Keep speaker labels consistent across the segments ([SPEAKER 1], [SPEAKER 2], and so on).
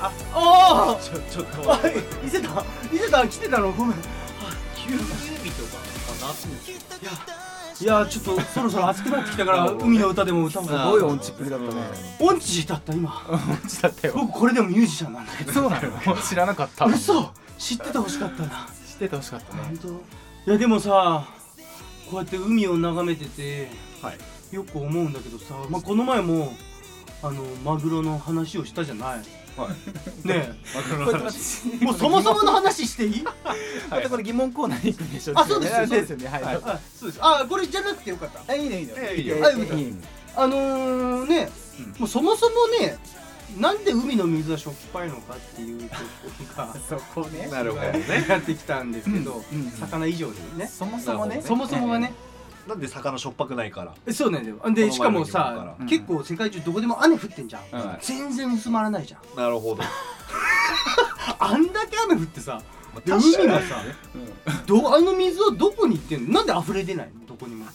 [SPEAKER 1] あ
[SPEAKER 2] ちょちょっと
[SPEAKER 1] あ
[SPEAKER 2] 待って
[SPEAKER 1] 伊勢た伊勢た来てたのごめん
[SPEAKER 2] 休日日とかあ夏に
[SPEAKER 1] いやちょっとそろそろ暑くなってきた から海の歌でも歌おう
[SPEAKER 2] す
[SPEAKER 1] か
[SPEAKER 2] ごい
[SPEAKER 3] 音痴っぷりだったね
[SPEAKER 1] 音痴だった今
[SPEAKER 3] 音痴だったよ
[SPEAKER 1] 僕これでもミュージシャンなんだけど
[SPEAKER 3] そうなの知らなかった
[SPEAKER 1] 嘘知っててほしかったな
[SPEAKER 3] 知っててほしかったね
[SPEAKER 1] 本当いやでもさこうやって海を眺めてて
[SPEAKER 2] はい
[SPEAKER 1] よく思うんだけどさ、まあ、この前もあのマグロの話をしたじゃない
[SPEAKER 2] はい
[SPEAKER 1] ね
[SPEAKER 2] マグロ
[SPEAKER 3] こ
[SPEAKER 2] の
[SPEAKER 3] れ
[SPEAKER 2] 話
[SPEAKER 3] 私
[SPEAKER 1] えもうそもそもの話していい
[SPEAKER 3] またこれ疑問コーナーに行くんでしょ
[SPEAKER 1] あそうですよ
[SPEAKER 3] ねですよねはい
[SPEAKER 1] あそうですあこれじゃなくてよかった
[SPEAKER 3] あいいねいいね
[SPEAKER 2] えいいよ
[SPEAKER 1] あよかったあのー、ね、
[SPEAKER 2] うん
[SPEAKER 1] もうそもそもねなんで海の水はしょっぱいのかっていうところが
[SPEAKER 3] そこね
[SPEAKER 2] なるほどね
[SPEAKER 1] やってきたんですけど、
[SPEAKER 3] うんうん
[SPEAKER 1] 魚以上にね、
[SPEAKER 3] そもそもね
[SPEAKER 1] そもそもがね、
[SPEAKER 2] なんで魚しょっぱくないから
[SPEAKER 1] えそうなんだよでし
[SPEAKER 2] こ
[SPEAKER 1] かも
[SPEAKER 2] の前の日本
[SPEAKER 1] さ、
[SPEAKER 2] から
[SPEAKER 1] 結構世界中どこでも雨降ってんじゃん、
[SPEAKER 2] うん
[SPEAKER 1] 全然薄まらないじゃん
[SPEAKER 2] なるほど
[SPEAKER 1] あんだけ雨降ってさで
[SPEAKER 2] 確かに
[SPEAKER 1] 海がさどあの水はどこに行ってんのなんで溢れ出ないのどこにも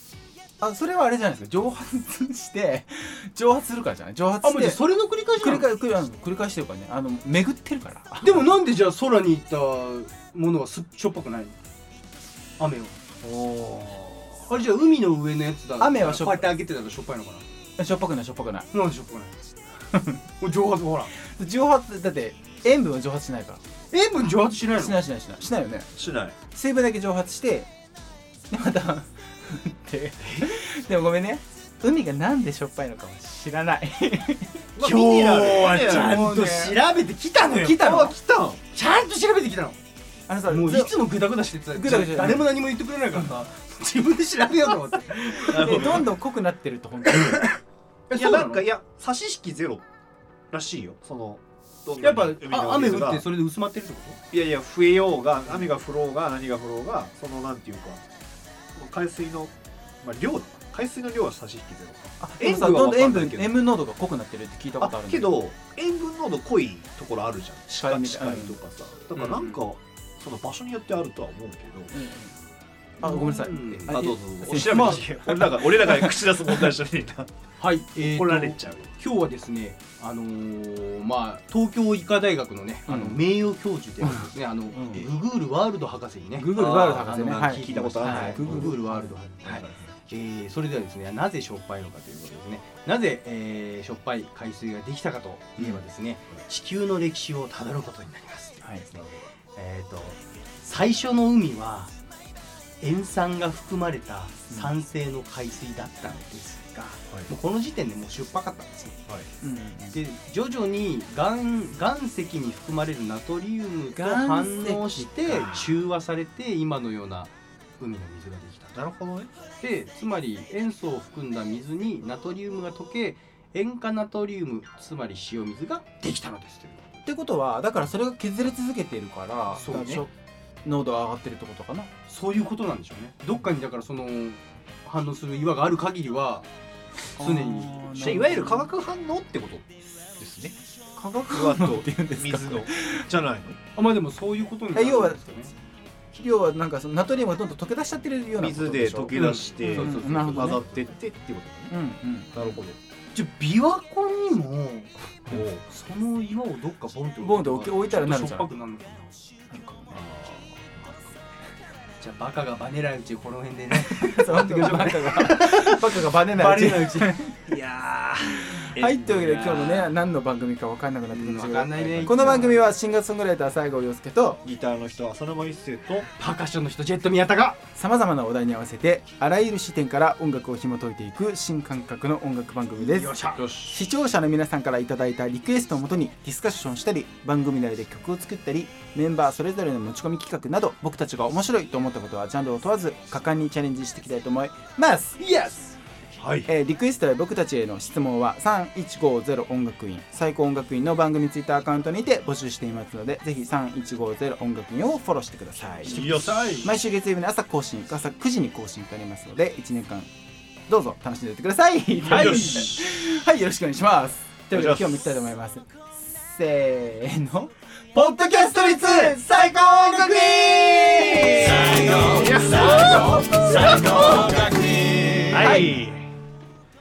[SPEAKER 3] あそれはあれじゃないですか蒸発して 蒸発するからじゃない蒸発
[SPEAKER 1] あも
[SPEAKER 3] し
[SPEAKER 1] うじゃ
[SPEAKER 3] て
[SPEAKER 1] あそれの繰り返し
[SPEAKER 3] 繰
[SPEAKER 1] な
[SPEAKER 3] り
[SPEAKER 1] の
[SPEAKER 3] 返繰りあの繰り返してるからねあの巡ってるから
[SPEAKER 1] でもなんでじゃあ空に行ったものはすしょっぱくないの雨をあれじゃあ海の上のやつだ
[SPEAKER 3] 雨はしょっ
[SPEAKER 1] こう
[SPEAKER 3] ぱ
[SPEAKER 1] や
[SPEAKER 3] い
[SPEAKER 1] って開けてたらしょっぱいのか
[SPEAKER 3] しょっぱくないしょっぱくない
[SPEAKER 1] ななんでしょっぱくないもう蒸発ほら
[SPEAKER 3] 蒸発だって塩分は蒸発しないか
[SPEAKER 1] 塩分蒸発しない
[SPEAKER 3] ら
[SPEAKER 1] の
[SPEAKER 3] しないしないしないしないよね
[SPEAKER 2] しない
[SPEAKER 3] 水分だけ蒸発してでまたででもごめんね海がなんでしょっぱいのかは知らない
[SPEAKER 1] 今日はちゃん
[SPEAKER 3] も
[SPEAKER 1] と
[SPEAKER 3] うね
[SPEAKER 1] 調べてきたのよ
[SPEAKER 3] 来たの
[SPEAKER 1] あ来たのちゃんと調べてきたの
[SPEAKER 3] あのさ
[SPEAKER 1] もう
[SPEAKER 3] ず
[SPEAKER 1] いつもグダグダしてて
[SPEAKER 3] グダグダして
[SPEAKER 1] 誰も何も言ってくれないからさ 自分で調べようと思って
[SPEAKER 3] でどんどん濃くなってると本当に
[SPEAKER 1] え
[SPEAKER 2] い
[SPEAKER 1] そ
[SPEAKER 2] や
[SPEAKER 1] うな
[SPEAKER 2] な
[SPEAKER 1] の
[SPEAKER 2] んかいや差し引きゼロらしいよそのどんどん
[SPEAKER 1] やっぱ
[SPEAKER 2] 海
[SPEAKER 1] あ
[SPEAKER 2] の
[SPEAKER 1] 雨
[SPEAKER 2] 水が
[SPEAKER 1] 降ってそれで薄まってるってこ
[SPEAKER 2] いやいや増えようが雨が降ろうが何が降ろうがそのなんていうか海水の、まあ、量海水の量は差し引きゼロか
[SPEAKER 3] あでもさ
[SPEAKER 2] 塩分は
[SPEAKER 3] どんどん塩
[SPEAKER 2] わかん
[SPEAKER 3] 分
[SPEAKER 2] ないけど
[SPEAKER 3] 塩分濃度が濃くなってるって聞いたことあ
[SPEAKER 2] あ
[SPEAKER 3] るんだ
[SPEAKER 2] けど塩分濃度濃いところあるじゃん
[SPEAKER 3] 視界み
[SPEAKER 2] 視
[SPEAKER 3] たい
[SPEAKER 2] 界とかさだからなんか、その場所によってあるとは思うけど
[SPEAKER 3] うんうんあごめんなさい
[SPEAKER 1] うん
[SPEAKER 2] あどうぞどうぞお
[SPEAKER 3] 失
[SPEAKER 2] 調
[SPEAKER 3] 礼
[SPEAKER 2] べして俺らが俺らが口出す問題じゃ ねえな
[SPEAKER 1] とはいえ
[SPEAKER 2] 怒られ
[SPEAKER 1] ー、
[SPEAKER 2] ちゃうよ
[SPEAKER 1] 今日はですね、あのーまあ、東京医科大学のね、あの
[SPEAKER 3] うん
[SPEAKER 1] 名誉教授であるですね、あの、ググールワールド博士にね、
[SPEAKER 3] グーグルワールド博士ね
[SPEAKER 1] あの
[SPEAKER 3] はい
[SPEAKER 1] 聞いたことある、
[SPEAKER 3] はい
[SPEAKER 1] グーグルワールド博士、はいえーそれではですね、なぜしょっぱいのかということですね、なぜ、えーしょっぱい海水ができたかといえばですね、地球の歴史をたどることになります。
[SPEAKER 3] はい
[SPEAKER 1] えー、と最初の海は塩酸が含まれた酸性の海水だったんですが、もうこの時点でもうしょっぱかったんですよ
[SPEAKER 3] うん
[SPEAKER 1] で徐々に岩岩石に含まれるナトリウムと
[SPEAKER 3] 岩石
[SPEAKER 1] 反応して
[SPEAKER 3] か
[SPEAKER 1] 中和されて今のような海の水ができた
[SPEAKER 2] なるほどね
[SPEAKER 1] でつまり塩素を含んだ水にナトリウムが溶け塩化ナトリウムつまり塩水ができたのですという
[SPEAKER 3] ってことはだからそれが削れ続けているから
[SPEAKER 1] そうね
[SPEAKER 3] だからしょ濃度が上がってるってことかな
[SPEAKER 1] そういうことなんでしょうねどっかにだからその反応する岩がある限りは常に
[SPEAKER 3] あー
[SPEAKER 2] でいわゆる化学反応ってことですね
[SPEAKER 3] 化学
[SPEAKER 2] ふわっ
[SPEAKER 3] 反応
[SPEAKER 2] と
[SPEAKER 3] っていうんですか
[SPEAKER 2] 水のじゃないの
[SPEAKER 1] あまあでもそういうことになる
[SPEAKER 3] え要は
[SPEAKER 1] んですよね
[SPEAKER 3] 要はなんかそのナトリウムがどんどん溶け出しちゃってるようなこと
[SPEAKER 2] 水
[SPEAKER 3] で
[SPEAKER 2] で
[SPEAKER 3] し
[SPEAKER 2] 溶
[SPEAKER 3] ょ
[SPEAKER 2] け出して、
[SPEAKER 3] うん
[SPEAKER 1] そうそうそう
[SPEAKER 3] なるほ
[SPEAKER 2] 混ざ
[SPEAKER 3] ど
[SPEAKER 2] っ
[SPEAKER 3] ね
[SPEAKER 2] てってっていうこと
[SPEAKER 3] う
[SPEAKER 2] ね、
[SPEAKER 3] ん
[SPEAKER 2] なるほど
[SPEAKER 1] じゃあ琵琶湖にも
[SPEAKER 2] おう
[SPEAKER 1] その岩をどっかボンって
[SPEAKER 3] ボンって置け置いたらなる
[SPEAKER 1] ち
[SPEAKER 3] じ
[SPEAKER 1] ょ
[SPEAKER 3] ゃ
[SPEAKER 1] っ
[SPEAKER 3] ん
[SPEAKER 1] としょっぱくなるのかなじゃあバカがバネらうちこの辺でね
[SPEAKER 3] うんそう本当に バカがバカが バネな
[SPEAKER 1] バ
[SPEAKER 3] い
[SPEAKER 1] レ
[SPEAKER 3] うち
[SPEAKER 1] ないうち
[SPEAKER 2] いやー
[SPEAKER 3] はいというわけで今日もね何の番組か分かんなくなってきまし
[SPEAKER 1] 分
[SPEAKER 3] たけ
[SPEAKER 1] か
[SPEAKER 3] ど
[SPEAKER 1] んないね
[SPEAKER 3] この番組はシンガーソングライター西郷陽介と
[SPEAKER 2] ギターの人は浅沼一生と
[SPEAKER 1] パーカッションの人ジェット宮田が
[SPEAKER 3] さまざまなお題に合わせてあらゆる視点から音楽を紐解いていく新感覚の音楽番組です
[SPEAKER 1] よっしゃ
[SPEAKER 3] 視聴者の皆さんからいただいたリクエストをもとにディスカッションしたり番組内で曲を作ったりメンバーそれぞれの持ち込み企画など僕たちが面白いと思ったことはジャンルを問わず果敢にチャレンジしていきたいと思います
[SPEAKER 1] イエス
[SPEAKER 2] はい
[SPEAKER 3] えーリクエストや僕たちへの質問は3150音楽院最高音楽院の番組ツイッターアカウントにて募集していますのでぜひ3150音楽院をフォローしてください
[SPEAKER 2] よっしゃい
[SPEAKER 3] 毎週月曜日の朝更新朝9時に更新となりますので1年間どうぞ楽しんでいってくださいはい、
[SPEAKER 2] よし
[SPEAKER 3] はい、よろしくお願いしますというわけで今日も行きたいと思いますせーのポッドキャスト率最高音楽
[SPEAKER 2] はい、
[SPEAKER 3] 院はいというわ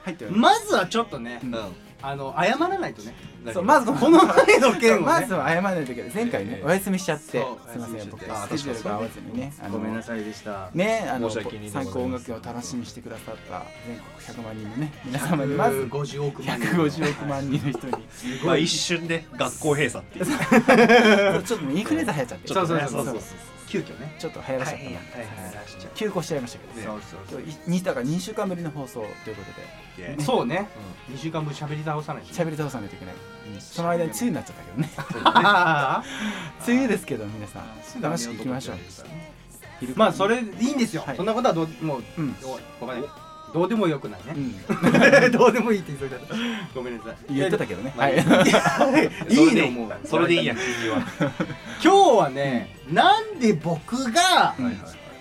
[SPEAKER 3] けで
[SPEAKER 1] まずはちょっとね
[SPEAKER 2] うん
[SPEAKER 1] あの謝らないとね
[SPEAKER 3] そうまずこの
[SPEAKER 1] 前の件をね
[SPEAKER 3] まずは謝らないといけない前回ね
[SPEAKER 2] ええ
[SPEAKER 3] お休みしちゃって
[SPEAKER 1] そう
[SPEAKER 3] すいません僕
[SPEAKER 1] お休
[SPEAKER 3] スケ
[SPEAKER 2] みし
[SPEAKER 3] ジ
[SPEAKER 2] ち
[SPEAKER 3] ュ
[SPEAKER 2] ゃ
[SPEAKER 3] ー
[SPEAKER 2] って
[SPEAKER 3] ルが合わずにねあの
[SPEAKER 1] ごめんなさいでした
[SPEAKER 3] ねあの
[SPEAKER 2] 申し訳ない
[SPEAKER 3] 最高音楽を楽しみにしてくださった全国100万人のね皆様にまず
[SPEAKER 1] 150億万
[SPEAKER 3] 150億万人の人 に
[SPEAKER 1] す
[SPEAKER 2] ま
[SPEAKER 1] ご
[SPEAKER 2] あ
[SPEAKER 1] い
[SPEAKER 2] 一瞬で学校閉鎖っていう
[SPEAKER 3] ちょっとインフルエンザ流行っちゃって
[SPEAKER 2] ちょっとね
[SPEAKER 1] そうそうそう
[SPEAKER 2] そう
[SPEAKER 1] 急遽ね
[SPEAKER 3] ちょっと流行らしちゃったな
[SPEAKER 1] 大変大変
[SPEAKER 3] はい休校しちゃいましたけど
[SPEAKER 1] そうそうそ
[SPEAKER 3] 今
[SPEAKER 1] う
[SPEAKER 3] 日いにだから2週間ぶりの放送ということで
[SPEAKER 2] で
[SPEAKER 1] そうね2週間分喋り倒さないし
[SPEAKER 3] 喋り倒さないといけないその間に梅雨になっちゃったけどね
[SPEAKER 1] あ
[SPEAKER 3] 梅雨ですけど皆さん
[SPEAKER 1] ー
[SPEAKER 3] 楽しくいきましょう 昼
[SPEAKER 1] まあそれいいんですよ
[SPEAKER 3] はい
[SPEAKER 1] そんなことはどうもう
[SPEAKER 3] うん
[SPEAKER 1] どうごめんねどうでもよくないうね
[SPEAKER 3] ん
[SPEAKER 1] どうでもいいって言いそうだったごめんなさい
[SPEAKER 3] 言ってたけどね
[SPEAKER 1] まあ
[SPEAKER 3] はいい
[SPEAKER 1] い いいねもう
[SPEAKER 2] それでいいや君は
[SPEAKER 1] 今日はねなんで僕が
[SPEAKER 3] うん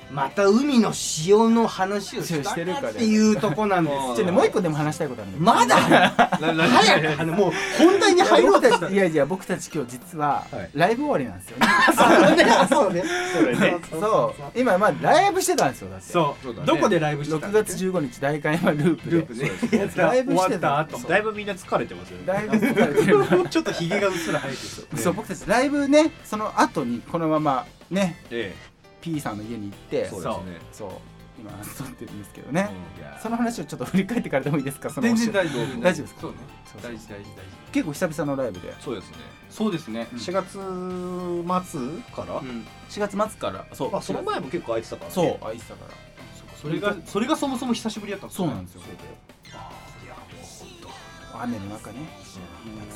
[SPEAKER 1] また海の潮の話をした
[SPEAKER 3] してるか
[SPEAKER 1] からっ
[SPEAKER 3] ね
[SPEAKER 1] ていうとこなんですよ
[SPEAKER 3] ちょっとねもう一個でも話したいことあるんだ
[SPEAKER 1] ま
[SPEAKER 3] けど
[SPEAKER 1] だ 早くあのもう本題に入ろうとし
[SPEAKER 3] 僕
[SPEAKER 1] た
[SPEAKER 3] たちいやいや僕たち今日実は
[SPEAKER 2] はい
[SPEAKER 3] ライブ終わりなんです よね
[SPEAKER 1] そうねそうね
[SPEAKER 2] それね
[SPEAKER 3] そう今まあライブしてたんですよだって
[SPEAKER 1] そう
[SPEAKER 2] そうだね
[SPEAKER 1] どこでライブしてた
[SPEAKER 3] 6
[SPEAKER 1] んだっ
[SPEAKER 3] 月
[SPEAKER 1] け
[SPEAKER 3] 15日大会はループで
[SPEAKER 1] ループねやつ
[SPEAKER 3] ラ
[SPEAKER 1] ら
[SPEAKER 3] イブ
[SPEAKER 1] 終
[SPEAKER 3] して
[SPEAKER 1] わっ
[SPEAKER 3] た
[SPEAKER 1] た 後
[SPEAKER 2] だいぶみんな疲れてますよね
[SPEAKER 3] ライブしてたんで すけど
[SPEAKER 1] ちょっとひげがうっすら生えてる
[SPEAKER 3] そう僕たちライブねその後にこのままね
[SPEAKER 2] え
[SPEAKER 3] P さんの家に行って
[SPEAKER 2] そ
[SPEAKER 3] そうう
[SPEAKER 2] ですね
[SPEAKER 3] 今撮ってるんですけど
[SPEAKER 2] う
[SPEAKER 3] ね、
[SPEAKER 2] んいや
[SPEAKER 3] その話をちょっと振り返ってからでもいいですかその
[SPEAKER 1] 全然大丈夫
[SPEAKER 3] 大丈夫ですか
[SPEAKER 1] そうね
[SPEAKER 3] そうそう
[SPEAKER 1] 大事大事大事
[SPEAKER 3] 結構久々のライブで
[SPEAKER 2] そうですね
[SPEAKER 1] そうですね
[SPEAKER 3] うん
[SPEAKER 2] 4月末から
[SPEAKER 1] うん
[SPEAKER 3] 4月末からそう
[SPEAKER 2] まあその前も結構空いてたからね
[SPEAKER 3] そうあいつだから
[SPEAKER 1] それがそれがそもそも久しぶりだったんです
[SPEAKER 3] そうなん
[SPEAKER 1] で
[SPEAKER 3] ですよ
[SPEAKER 2] そうだよいやもう本
[SPEAKER 3] 雨の中ね
[SPEAKER 1] す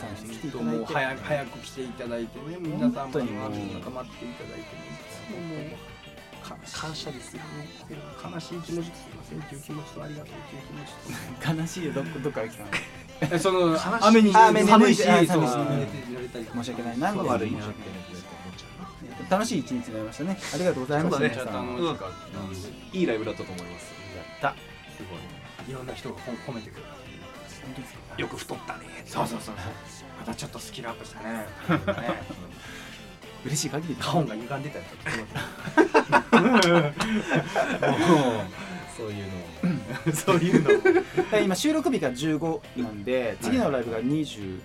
[SPEAKER 3] たくさん来ていただいて
[SPEAKER 1] もう早く早く来ていただいてね皆さんも仲間っていただいてねもうもうか感謝ですよ悲しい気持ちとすいませんという気持ちとありがとうという気持ちと
[SPEAKER 3] 悲しいよどっどっから来たの
[SPEAKER 1] えその
[SPEAKER 2] しい
[SPEAKER 1] 雨に
[SPEAKER 3] あ雨に
[SPEAKER 1] 寒いし、
[SPEAKER 3] あ
[SPEAKER 1] そう
[SPEAKER 3] 寒いし
[SPEAKER 1] 濡れて濡れたりとか
[SPEAKER 3] 申し訳ないな
[SPEAKER 2] 当
[SPEAKER 3] みた
[SPEAKER 2] ま
[SPEAKER 3] いな
[SPEAKER 2] あ悪いな
[SPEAKER 3] 申
[SPEAKER 2] み
[SPEAKER 3] し訳
[SPEAKER 2] たい
[SPEAKER 3] な
[SPEAKER 2] ない思っちゃうな
[SPEAKER 3] 楽しい一日になりましたねありがとうございました、
[SPEAKER 2] そうだね
[SPEAKER 1] ち
[SPEAKER 3] 皆
[SPEAKER 1] ょっと
[SPEAKER 3] さ
[SPEAKER 1] あ
[SPEAKER 3] ん
[SPEAKER 1] の
[SPEAKER 2] うん
[SPEAKER 1] 時間うんす
[SPEAKER 2] いいライブだったと思います
[SPEAKER 3] た
[SPEAKER 1] ごいいろんな人がほん褒めてくれ
[SPEAKER 3] 本当ですか
[SPEAKER 2] よく太ったね
[SPEAKER 1] たそうそうそうまたちょっとスキルアップしたね
[SPEAKER 3] 嬉しい限りです
[SPEAKER 1] カホンが歪んでたりとか
[SPEAKER 2] そういうのを
[SPEAKER 1] そういうのを
[SPEAKER 3] はい今収録日が15なんで次のライブが21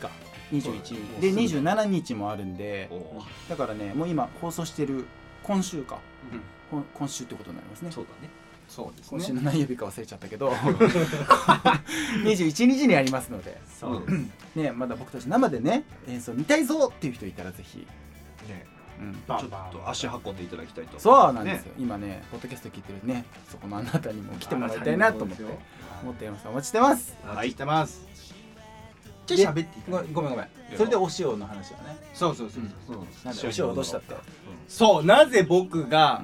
[SPEAKER 3] か21で27日もあるんで
[SPEAKER 2] お
[SPEAKER 3] だからねもう今放送してる今週か
[SPEAKER 1] うん
[SPEAKER 3] こん今週ってことになりますね
[SPEAKER 2] そうだね
[SPEAKER 1] そうです
[SPEAKER 3] 今週
[SPEAKER 1] ね
[SPEAKER 3] の何曜日か忘れちゃったけど 21日にありますので、
[SPEAKER 1] そう
[SPEAKER 2] うん
[SPEAKER 3] ね、まだ僕たち生でね演奏見たいぞっていう人いたらぜひ、
[SPEAKER 2] ね
[SPEAKER 3] うん、
[SPEAKER 1] バ
[SPEAKER 2] ちょ
[SPEAKER 1] ン
[SPEAKER 2] っ
[SPEAKER 1] バン
[SPEAKER 2] と足運んでいただきたいと
[SPEAKER 3] そうなんです
[SPEAKER 2] ね
[SPEAKER 3] よ、今ねポッドキャスト聞いてるねそこのあなたにも来てもらいたいなと思って思っていますお待ちしてます
[SPEAKER 1] お
[SPEAKER 2] は
[SPEAKER 1] 待ち
[SPEAKER 2] い
[SPEAKER 1] してますじ
[SPEAKER 3] で
[SPEAKER 1] ゃあ喋っていいか
[SPEAKER 3] ご
[SPEAKER 1] な
[SPEAKER 3] めんごめんごめんそれでお塩の話はね
[SPEAKER 1] そうそうそう
[SPEAKER 3] う
[SPEAKER 2] うん
[SPEAKER 3] なんで塩をどうしたって
[SPEAKER 1] そうなぜ僕が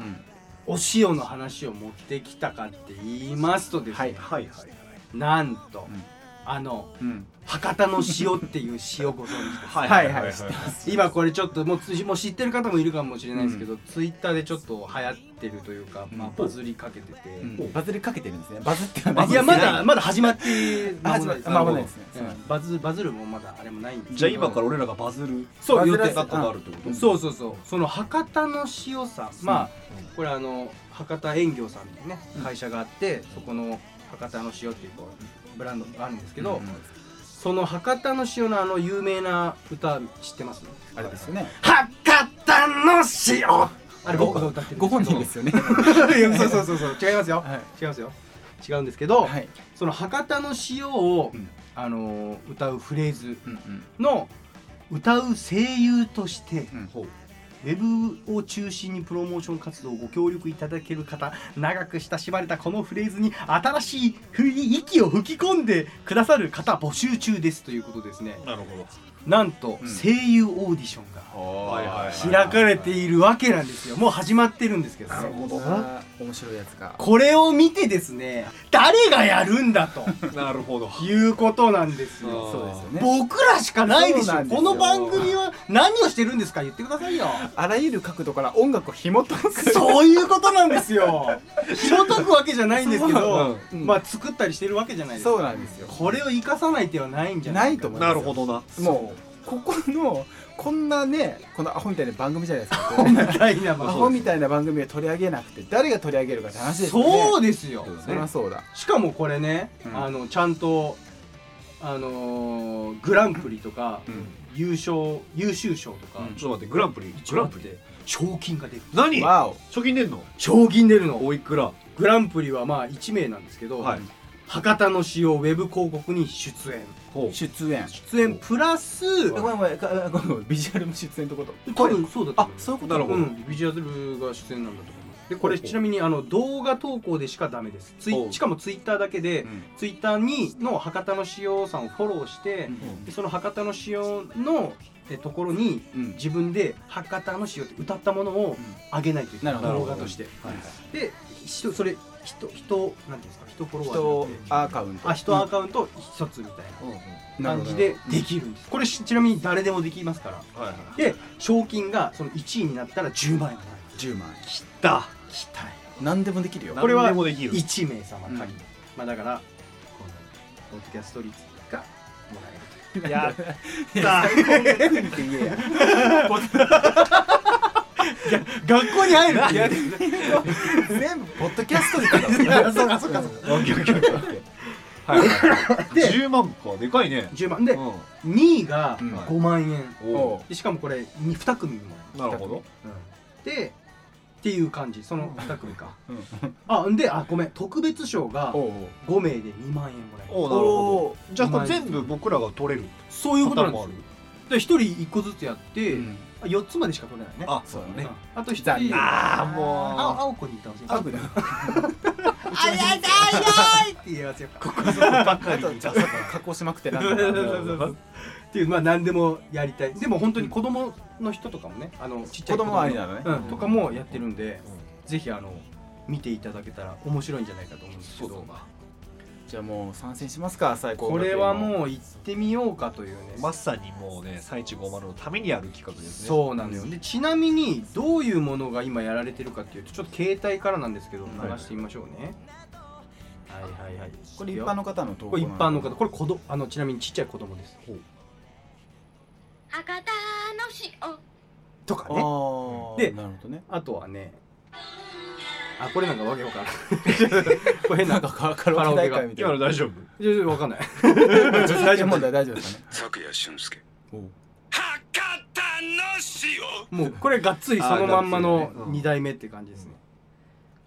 [SPEAKER 3] う
[SPEAKER 1] お塩の話を持ってきたかって言いますとです
[SPEAKER 3] は
[SPEAKER 1] ね
[SPEAKER 3] い
[SPEAKER 2] はいはい
[SPEAKER 1] なんと
[SPEAKER 3] うん
[SPEAKER 1] あの
[SPEAKER 3] ん
[SPEAKER 1] 博多の塩っていう塩ご存知ですか
[SPEAKER 3] いはい知って
[SPEAKER 2] ます
[SPEAKER 1] 今これちょっともうつもう知ってる方もいるかもしれないですけど、ツイッターでちょっと流行ってるというか、まあ、バズりかけてて、
[SPEAKER 3] うん、バズりかけてるんですねバズってはない
[SPEAKER 1] いやまだまだ始まって間
[SPEAKER 3] あ始
[SPEAKER 1] も
[SPEAKER 3] ま
[SPEAKER 1] な
[SPEAKER 3] っ
[SPEAKER 1] い
[SPEAKER 3] て間もないですね
[SPEAKER 1] うんバズバズるもまだあれもないんですけど
[SPEAKER 2] じゃあ今から俺らがバズる
[SPEAKER 1] そう言
[SPEAKER 2] 予
[SPEAKER 3] バ
[SPEAKER 1] ってた
[SPEAKER 2] 定
[SPEAKER 3] ズら
[SPEAKER 2] だったがあるってこと
[SPEAKER 1] そうそうそうその博多の塩さんまあこれあの博多園業さんっていうね会社があってそこの博多の塩っていうこうブランドがあるんですけど、その博多の塩のあの有名な歌知ってます
[SPEAKER 3] あれですよね
[SPEAKER 1] 博多の塩あれ僕が歌ってる
[SPEAKER 3] ご本人ですすよね
[SPEAKER 1] いやそうそうそうそう違いますよ、
[SPEAKER 3] は
[SPEAKER 1] 違
[SPEAKER 3] い
[SPEAKER 1] いますよ違うんですけど、
[SPEAKER 3] はい
[SPEAKER 1] その博多の塩を、
[SPEAKER 3] うん
[SPEAKER 1] あのー歌うフレーズ
[SPEAKER 3] うんうん
[SPEAKER 1] の歌う声優として
[SPEAKER 3] うん
[SPEAKER 2] ほう
[SPEAKER 1] ウェブを中心にプロモーション活動をご協力いただける方長く親しまれたこのフレーズに新しいふい息を吹き込んでくださる方募集中ですということですね
[SPEAKER 2] なるほど
[SPEAKER 1] なんと
[SPEAKER 3] うん
[SPEAKER 1] 声優オーディションが
[SPEAKER 2] はいはいはい
[SPEAKER 1] 開かれているわけなんですよもう始まってるんですけどね
[SPEAKER 3] そんな面白いやつが
[SPEAKER 1] これを見てですね誰がやるんだと
[SPEAKER 2] なるほど
[SPEAKER 1] いうことなんですよ
[SPEAKER 2] あー
[SPEAKER 3] そうですよね
[SPEAKER 1] 僕らしかないでし
[SPEAKER 3] そ
[SPEAKER 1] ょ
[SPEAKER 3] うなんですよ
[SPEAKER 1] この番組は何をしてるんですか言ってくださいよ
[SPEAKER 3] あらゆる角度から音楽を紐解く
[SPEAKER 1] そういうことなんですよ紐解くわけじゃないんですけど、
[SPEAKER 3] うんうん
[SPEAKER 1] まあ作ったりしてるわけじゃないです
[SPEAKER 3] そう
[SPEAKER 1] か
[SPEAKER 3] なんですよ
[SPEAKER 1] これを生かさない手はないんじゃないか
[SPEAKER 3] ないと思いま
[SPEAKER 2] な
[SPEAKER 3] す
[SPEAKER 2] るほどな
[SPEAKER 3] もうここのこんなねこのアホみたいな番組じゃないで すか
[SPEAKER 1] みたいな
[SPEAKER 3] ア
[SPEAKER 1] ま
[SPEAKER 3] ホみたいな番組を取り上げなくて誰が取り上げるかって話ですよね
[SPEAKER 1] そうですよ
[SPEAKER 2] そうです
[SPEAKER 3] そりゃそうだ
[SPEAKER 1] しかもこれね、
[SPEAKER 3] うん
[SPEAKER 1] あのちゃんとあのーグランプリとか優勝優秀賞とか、
[SPEAKER 3] う
[SPEAKER 2] ち
[SPEAKER 3] ん
[SPEAKER 2] ょっと待ってグランプリ
[SPEAKER 1] 一
[SPEAKER 2] グラ
[SPEAKER 1] 番
[SPEAKER 2] ンプリ
[SPEAKER 1] で賞金が出る
[SPEAKER 2] 何
[SPEAKER 3] わお
[SPEAKER 2] 賞金出んの
[SPEAKER 1] 賞金出るの
[SPEAKER 2] おいくら
[SPEAKER 1] グランプリはまあ1名なんですけど、
[SPEAKER 2] はい
[SPEAKER 1] 博多の塩ウェブ広告に出演
[SPEAKER 2] ほう
[SPEAKER 3] 出演
[SPEAKER 1] 出演プラス
[SPEAKER 3] ごめんごめんかごめんごめんビジュアルも出演ってこと
[SPEAKER 1] 多分そうだと
[SPEAKER 3] あ
[SPEAKER 1] 思う
[SPEAKER 3] そういうこと
[SPEAKER 2] なるほど
[SPEAKER 1] うん、ビジュアルが出演なんだと思いますでこれちなみにあの動画投稿でしかダメですツイ
[SPEAKER 2] おう
[SPEAKER 1] しかもツイッターだけで、
[SPEAKER 3] うん
[SPEAKER 1] ツイッターにの博多の塩さんをフォローして、でその博多の塩のえところに
[SPEAKER 3] うん
[SPEAKER 1] 自分で「博多の塩」って歌ったものをあげないといけない
[SPEAKER 3] なるほど
[SPEAKER 1] 動画として
[SPEAKER 2] はい
[SPEAKER 1] で人それ人人なんていうんですか人フォロワー
[SPEAKER 3] 人
[SPEAKER 1] じゃなくて
[SPEAKER 3] アカウント
[SPEAKER 1] あ人アカウント一つみたい
[SPEAKER 2] うんうん
[SPEAKER 1] な感じでできるんですこれしちなみに誰でもできますから
[SPEAKER 2] はいはい
[SPEAKER 1] で賞金がその1位になったら10万円もらえる
[SPEAKER 3] 10万
[SPEAKER 2] きた
[SPEAKER 1] 期待
[SPEAKER 3] 何でもできるよ
[SPEAKER 1] これは
[SPEAKER 2] 何でもできる
[SPEAKER 1] 1名様限り、
[SPEAKER 3] うん
[SPEAKER 1] まあだからこのポッドキャスト率がもらえるという
[SPEAKER 2] やっ
[SPEAKER 3] いや
[SPEAKER 2] た
[SPEAKER 3] 最高の国って言えや
[SPEAKER 1] 学校に入る
[SPEAKER 3] いや全部ポッドキャスト でからそうかそうかそうか
[SPEAKER 2] オッケーオッケーオッケーはいはい
[SPEAKER 1] で
[SPEAKER 2] 10万かでかいね
[SPEAKER 1] 10万で
[SPEAKER 2] うん
[SPEAKER 1] 2位が
[SPEAKER 3] うん
[SPEAKER 1] 5万円、
[SPEAKER 2] お
[SPEAKER 1] でしかもこれ 2, 組もらえ
[SPEAKER 2] うなるほど
[SPEAKER 1] るでっていう感じその2組か
[SPEAKER 3] うん
[SPEAKER 1] あんであごめん特別賞が
[SPEAKER 3] おうおう
[SPEAKER 1] 5名で2万円もらえる
[SPEAKER 2] おうなるほ
[SPEAKER 3] おう
[SPEAKER 2] どじゃあこれ全部僕らが取れる
[SPEAKER 1] そういうことなんですよ
[SPEAKER 2] パターンも
[SPEAKER 1] で1人1個ずつやって、
[SPEAKER 3] うん
[SPEAKER 1] 4つまでしか取れないね
[SPEAKER 2] あ
[SPEAKER 3] そうだ
[SPEAKER 1] うん
[SPEAKER 3] ね
[SPEAKER 1] あと1人
[SPEAKER 3] 残念
[SPEAKER 2] あーもう
[SPEAKER 1] あ青子に言った
[SPEAKER 3] あ
[SPEAKER 1] んですよ
[SPEAKER 3] ぐだ
[SPEAKER 1] ああやだいやいって言いますよここ
[SPEAKER 2] ばっか
[SPEAKER 3] あ
[SPEAKER 2] り
[SPEAKER 3] とじゃあそうか加工しまくってなん
[SPEAKER 1] そ
[SPEAKER 3] と
[SPEAKER 1] う
[SPEAKER 3] か
[SPEAKER 1] そうそうそうっていうまあ何でもやりたいでも本当に子供の人とかもねあのちっちゃい
[SPEAKER 3] 子供はありなのね
[SPEAKER 1] うん、とかもやってるんで、ぜひあの見ていただけたら面白いんじゃないかと思うんですけど
[SPEAKER 3] じゃあもう参戦しますか最高
[SPEAKER 1] これは
[SPEAKER 3] う
[SPEAKER 1] もう行ってみようかというね、
[SPEAKER 2] まさにもうね「最地50」のためにやる企画ですね
[SPEAKER 1] そうなのよでちなみにどういうものが今やられてるかっていうとちょっと携帯からなんですけど
[SPEAKER 3] はい
[SPEAKER 1] 流してみましょうね、はいはいはい
[SPEAKER 3] これ一般の方の投稿
[SPEAKER 1] これ一般の方
[SPEAKER 3] こ
[SPEAKER 1] これ子どあのちなみにちっちゃい子供です
[SPEAKER 4] 博多の塩
[SPEAKER 1] とか
[SPEAKER 3] れ
[SPEAKER 1] ね
[SPEAKER 3] ああ
[SPEAKER 1] で
[SPEAKER 3] なるほどね
[SPEAKER 1] あとはねあこれなんかわけわからん これ変
[SPEAKER 3] な
[SPEAKER 1] なん
[SPEAKER 3] かカカラオケ大会みたい
[SPEAKER 2] 今
[SPEAKER 3] な
[SPEAKER 2] の大丈夫
[SPEAKER 1] いやいやわかんない
[SPEAKER 3] 大丈夫問題大丈夫ですかね
[SPEAKER 5] 昨夜俊介
[SPEAKER 3] おう
[SPEAKER 5] 博多の塩
[SPEAKER 1] もうこれがっつりそのまんま
[SPEAKER 2] あがっ
[SPEAKER 1] の
[SPEAKER 2] つりねうん
[SPEAKER 1] 2代目って感じですね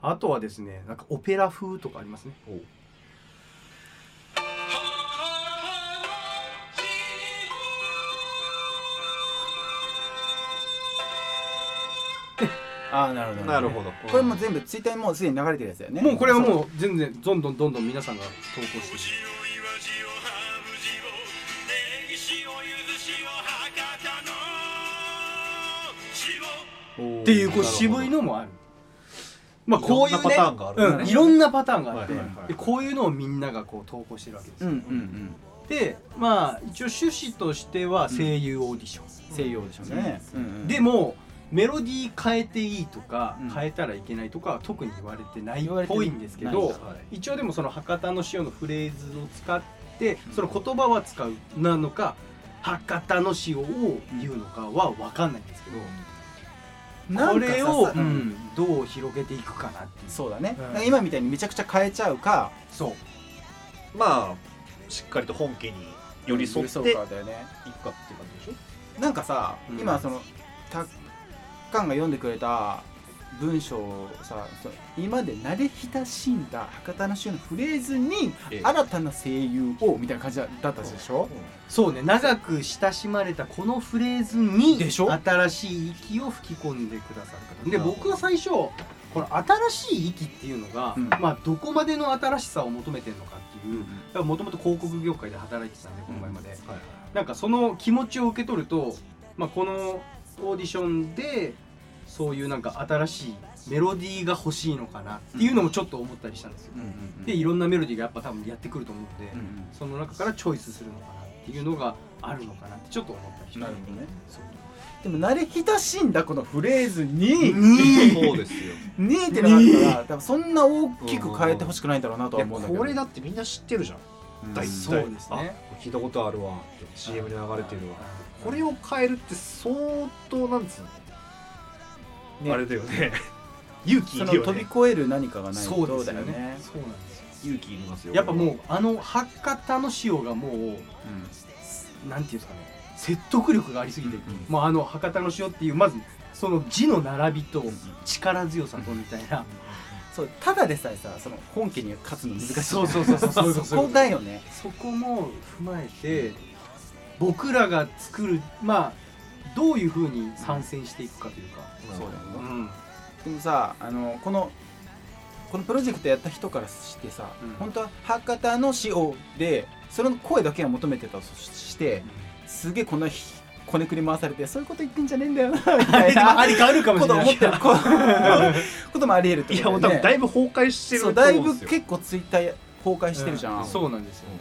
[SPEAKER 1] あとはですねなんかオペラ風とかありますね
[SPEAKER 3] ああなるほど
[SPEAKER 2] なるほど
[SPEAKER 3] これもう全部ツイッターにもうすでに流れてるやつだよね
[SPEAKER 1] もうこれは
[SPEAKER 3] う
[SPEAKER 1] もう全然どんどんどんどん皆さんが投稿してる
[SPEAKER 2] っ
[SPEAKER 1] っていうこう渋いのもあるまあこういうね
[SPEAKER 2] いろんなパターンがあるんだね
[SPEAKER 1] うんいろんなパターンがあって、
[SPEAKER 2] はいはいはい
[SPEAKER 1] でこういうのをみんながこう投稿してるわけです
[SPEAKER 3] うん
[SPEAKER 1] よ、
[SPEAKER 3] うんうん
[SPEAKER 1] でまあ一応趣旨としては声優オーディション、
[SPEAKER 3] 西洋でしょうねうんうん
[SPEAKER 1] でもメロディー変えていいとか、
[SPEAKER 3] うん
[SPEAKER 1] 変えたらいけないとかは特に言われてない
[SPEAKER 3] 言わ
[SPEAKER 1] っ
[SPEAKER 3] れて
[SPEAKER 1] ぽいんですけ
[SPEAKER 3] ない
[SPEAKER 1] ど
[SPEAKER 3] か
[SPEAKER 1] 一応でもその博多の塩のフレーズを使ってその言葉は使うなのか博多の塩を言うのかは分かんないんですけど、
[SPEAKER 3] なん
[SPEAKER 1] こ
[SPEAKER 3] かさ
[SPEAKER 1] れを、
[SPEAKER 3] う
[SPEAKER 1] うんんどう広げていくかなっていう
[SPEAKER 3] そうだね
[SPEAKER 1] うん
[SPEAKER 3] だから今みたいにめちゃくちゃ変えちゃうか
[SPEAKER 1] そう
[SPEAKER 2] まあしっかりと本家に寄り添っていくか
[SPEAKER 3] かだよね
[SPEAKER 2] って感じでし
[SPEAKER 3] なんかさ、
[SPEAKER 1] うん
[SPEAKER 3] 今そのたっかんが読んでくれた文章をさその今まで慣れ親しんだ博多の州のフレーズに
[SPEAKER 2] ええ
[SPEAKER 3] 新たな声優をみたいな感じだったでしょ
[SPEAKER 2] ょ、
[SPEAKER 1] そうね長く親しまれたこのフレーズに
[SPEAKER 3] でしょ
[SPEAKER 1] 新しい息を吹き込んでくださる方で
[SPEAKER 2] なるほど
[SPEAKER 1] 僕は最初この新しい息っていうのが、
[SPEAKER 3] うん
[SPEAKER 1] まあどこまでの新しさを求めてるのかっていううんもともと広告業界で働いてたんでこの前まで、
[SPEAKER 2] はい
[SPEAKER 1] なんかその気持ちを受け取ると、まあ、このオーディションでそういうなんか新しいメロディーが欲しいのかなっていうのもちょっと思ったりしたんですよ、
[SPEAKER 3] うん
[SPEAKER 1] でいろんなメロディーがやっぱ多分やってくると思うんで、
[SPEAKER 3] うんうん
[SPEAKER 1] その中からチョイスするのかなっていうのがあるのかなってちょっと思ったりしま
[SPEAKER 3] な
[SPEAKER 1] す
[SPEAKER 3] るほどね
[SPEAKER 1] そ
[SPEAKER 3] でも慣れ親しんだこのフレーズに
[SPEAKER 2] そうですよ
[SPEAKER 3] にってなかったら多分そんな大きく変えてほしくないんだろうなと
[SPEAKER 2] い
[SPEAKER 3] は
[SPEAKER 2] や
[SPEAKER 3] 思うんだけど
[SPEAKER 2] これだってみんな知ってるじゃん
[SPEAKER 3] うん
[SPEAKER 2] 大体
[SPEAKER 1] そうですね
[SPEAKER 2] あ聞いたことあるわって CM で流れてるわこれ
[SPEAKER 1] を
[SPEAKER 2] を変えるって相当なんつうの、
[SPEAKER 3] ね
[SPEAKER 2] あれだよね勇気いる
[SPEAKER 3] その
[SPEAKER 2] よ
[SPEAKER 3] 飛び
[SPEAKER 2] ね
[SPEAKER 3] 越える何かがない
[SPEAKER 1] そう
[SPEAKER 3] と
[SPEAKER 1] です
[SPEAKER 3] だ
[SPEAKER 1] よ
[SPEAKER 3] よ
[SPEAKER 1] ね
[SPEAKER 3] ね
[SPEAKER 1] そうなんですよ
[SPEAKER 2] 勇気いりますよ
[SPEAKER 1] やっぱもうあの博多の塩がもうなんていうんですかね説得力がありすぎて、
[SPEAKER 3] うんうん
[SPEAKER 1] もうあの博多の塩っていうまずその字の並びと力強さとみたいな、
[SPEAKER 3] そうただでさえさその本家に勝つの難しい
[SPEAKER 1] そうそうそうそうそういうこと
[SPEAKER 3] そこだよね
[SPEAKER 1] そこも踏まえて僕らが作るまあどういうふうに参戦していくかというか、
[SPEAKER 2] そうだよ
[SPEAKER 1] う
[SPEAKER 2] ね
[SPEAKER 1] ん
[SPEAKER 3] でもさあのこのこのプロジェクトやった人からしてさ、
[SPEAKER 1] うん
[SPEAKER 3] 本当は博多の塩でそれの声だけは求めてたとししてすげえこんなひこねくり回されてそういうこと言ってんじゃねえんだよなみたい な
[SPEAKER 1] ありかあるかも
[SPEAKER 3] こ
[SPEAKER 1] し
[SPEAKER 3] と
[SPEAKER 1] れ
[SPEAKER 3] を
[SPEAKER 1] な
[SPEAKER 3] 思っ
[SPEAKER 1] い
[SPEAKER 3] てる ここともありえるって
[SPEAKER 2] い
[SPEAKER 3] こ
[SPEAKER 2] や
[SPEAKER 3] と
[SPEAKER 2] もう
[SPEAKER 3] だ
[SPEAKER 2] 多
[SPEAKER 3] よ
[SPEAKER 2] 分
[SPEAKER 3] ね
[SPEAKER 2] だいぶ崩壊してる
[SPEAKER 3] そう
[SPEAKER 2] と思
[SPEAKER 3] だい
[SPEAKER 2] うん
[SPEAKER 3] ぶ
[SPEAKER 2] ですよ
[SPEAKER 3] 結構ツイッター崩壊してるじゃん、
[SPEAKER 1] うん
[SPEAKER 3] そう
[SPEAKER 1] そうなんですよね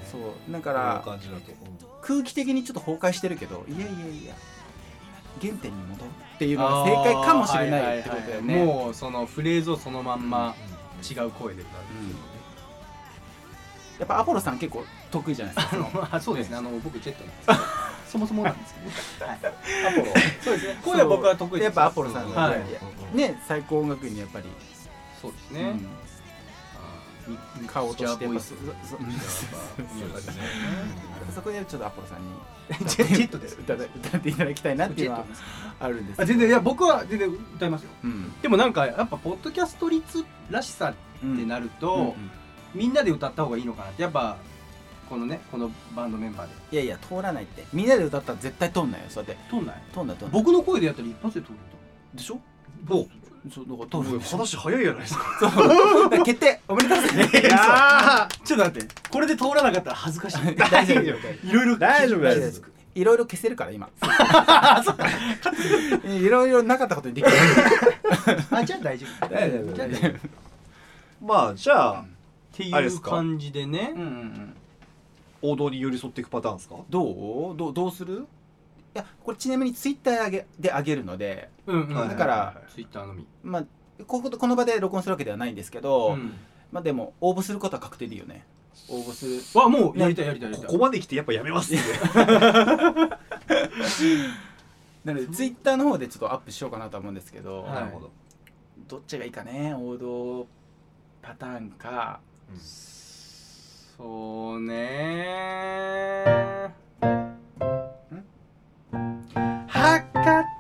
[SPEAKER 3] だか
[SPEAKER 2] こういう
[SPEAKER 3] ら
[SPEAKER 2] 感じだとう
[SPEAKER 3] 空気的にちょっと崩壊してるけどいやいやいや原点に戻るっていうのが正解かもしれないってことだよね、
[SPEAKER 1] あーはいはいはいもうそのフレーズをそのまんま違う声で歌
[SPEAKER 3] やっぱアポロさん結構得意じゃないですか
[SPEAKER 1] う、あのあ そうですねあの僕ジェットなんですけど そもそもなんですけど、はい、アポロそうですね声は僕は得意です
[SPEAKER 3] やっぱアポロさんが、
[SPEAKER 1] はい
[SPEAKER 2] ん
[SPEAKER 3] ね最高音楽にやっぱり、
[SPEAKER 1] そうです
[SPEAKER 3] う
[SPEAKER 1] ね、
[SPEAKER 3] ん顔としてやっぱそそ
[SPEAKER 2] そう ですね
[SPEAKER 3] そこでちょっとアポロさんに
[SPEAKER 1] ジェジェットです
[SPEAKER 3] 歌って歌っていただきたいなっていうのはあるんです
[SPEAKER 1] あ全然いや僕は全然歌いますよ
[SPEAKER 3] うん
[SPEAKER 1] でもなんかやっぱポッドキャスト率らしさってなると、
[SPEAKER 3] うんうん
[SPEAKER 1] みんなで歌った方がいいのかなってやっぱこのねこのバンドメンバーで
[SPEAKER 3] いやいや通らないってみんなで歌ったら絶対通んないよそうやって
[SPEAKER 1] 通んない
[SPEAKER 3] 通んない通んない
[SPEAKER 1] 僕の声でやったら一発で通る
[SPEAKER 3] でしょ
[SPEAKER 1] とどう
[SPEAKER 3] そうだから通るんでしょ
[SPEAKER 2] 話早いじゃないですか
[SPEAKER 3] だから決定おめでとうございます
[SPEAKER 2] い や
[SPEAKER 1] ちょっと待ってこれで通らなかったら恥ずかしい
[SPEAKER 3] 大丈夫
[SPEAKER 1] いろいろ
[SPEAKER 2] 大丈夫大
[SPEAKER 3] 大
[SPEAKER 2] 丈夫
[SPEAKER 3] 丈夫いろいろ消せるから 今 いろいろなかったことにできる
[SPEAKER 1] あじゃあ大丈夫
[SPEAKER 3] 大丈夫
[SPEAKER 1] じゃあ大丈夫っ
[SPEAKER 2] まあじゃあ
[SPEAKER 1] て
[SPEAKER 2] あれ
[SPEAKER 1] い
[SPEAKER 2] で
[SPEAKER 1] う
[SPEAKER 2] すか
[SPEAKER 1] 感じでね
[SPEAKER 3] うんうんうん
[SPEAKER 2] 王道に寄り添っていくパターンですか
[SPEAKER 3] どうどうどうするいやこれちなみにツイッター上げで上げるので
[SPEAKER 1] うんうん、
[SPEAKER 2] はい
[SPEAKER 3] だから
[SPEAKER 1] ツイッターのみ、
[SPEAKER 3] まあこことこの場で録音するわけではないんですけど、
[SPEAKER 1] うん
[SPEAKER 3] まあでも応募することは確定でいいよね応募する
[SPEAKER 1] わもうやりたいやりたいやり
[SPEAKER 2] こ
[SPEAKER 1] たい
[SPEAKER 2] こまで来てやっぱやめますって
[SPEAKER 3] なのでツイッターの方でちょっとアップしよう かなとは思うんですけど、
[SPEAKER 1] はい
[SPEAKER 2] ど
[SPEAKER 3] どっちがいいかね王道パターンか
[SPEAKER 1] そうねー博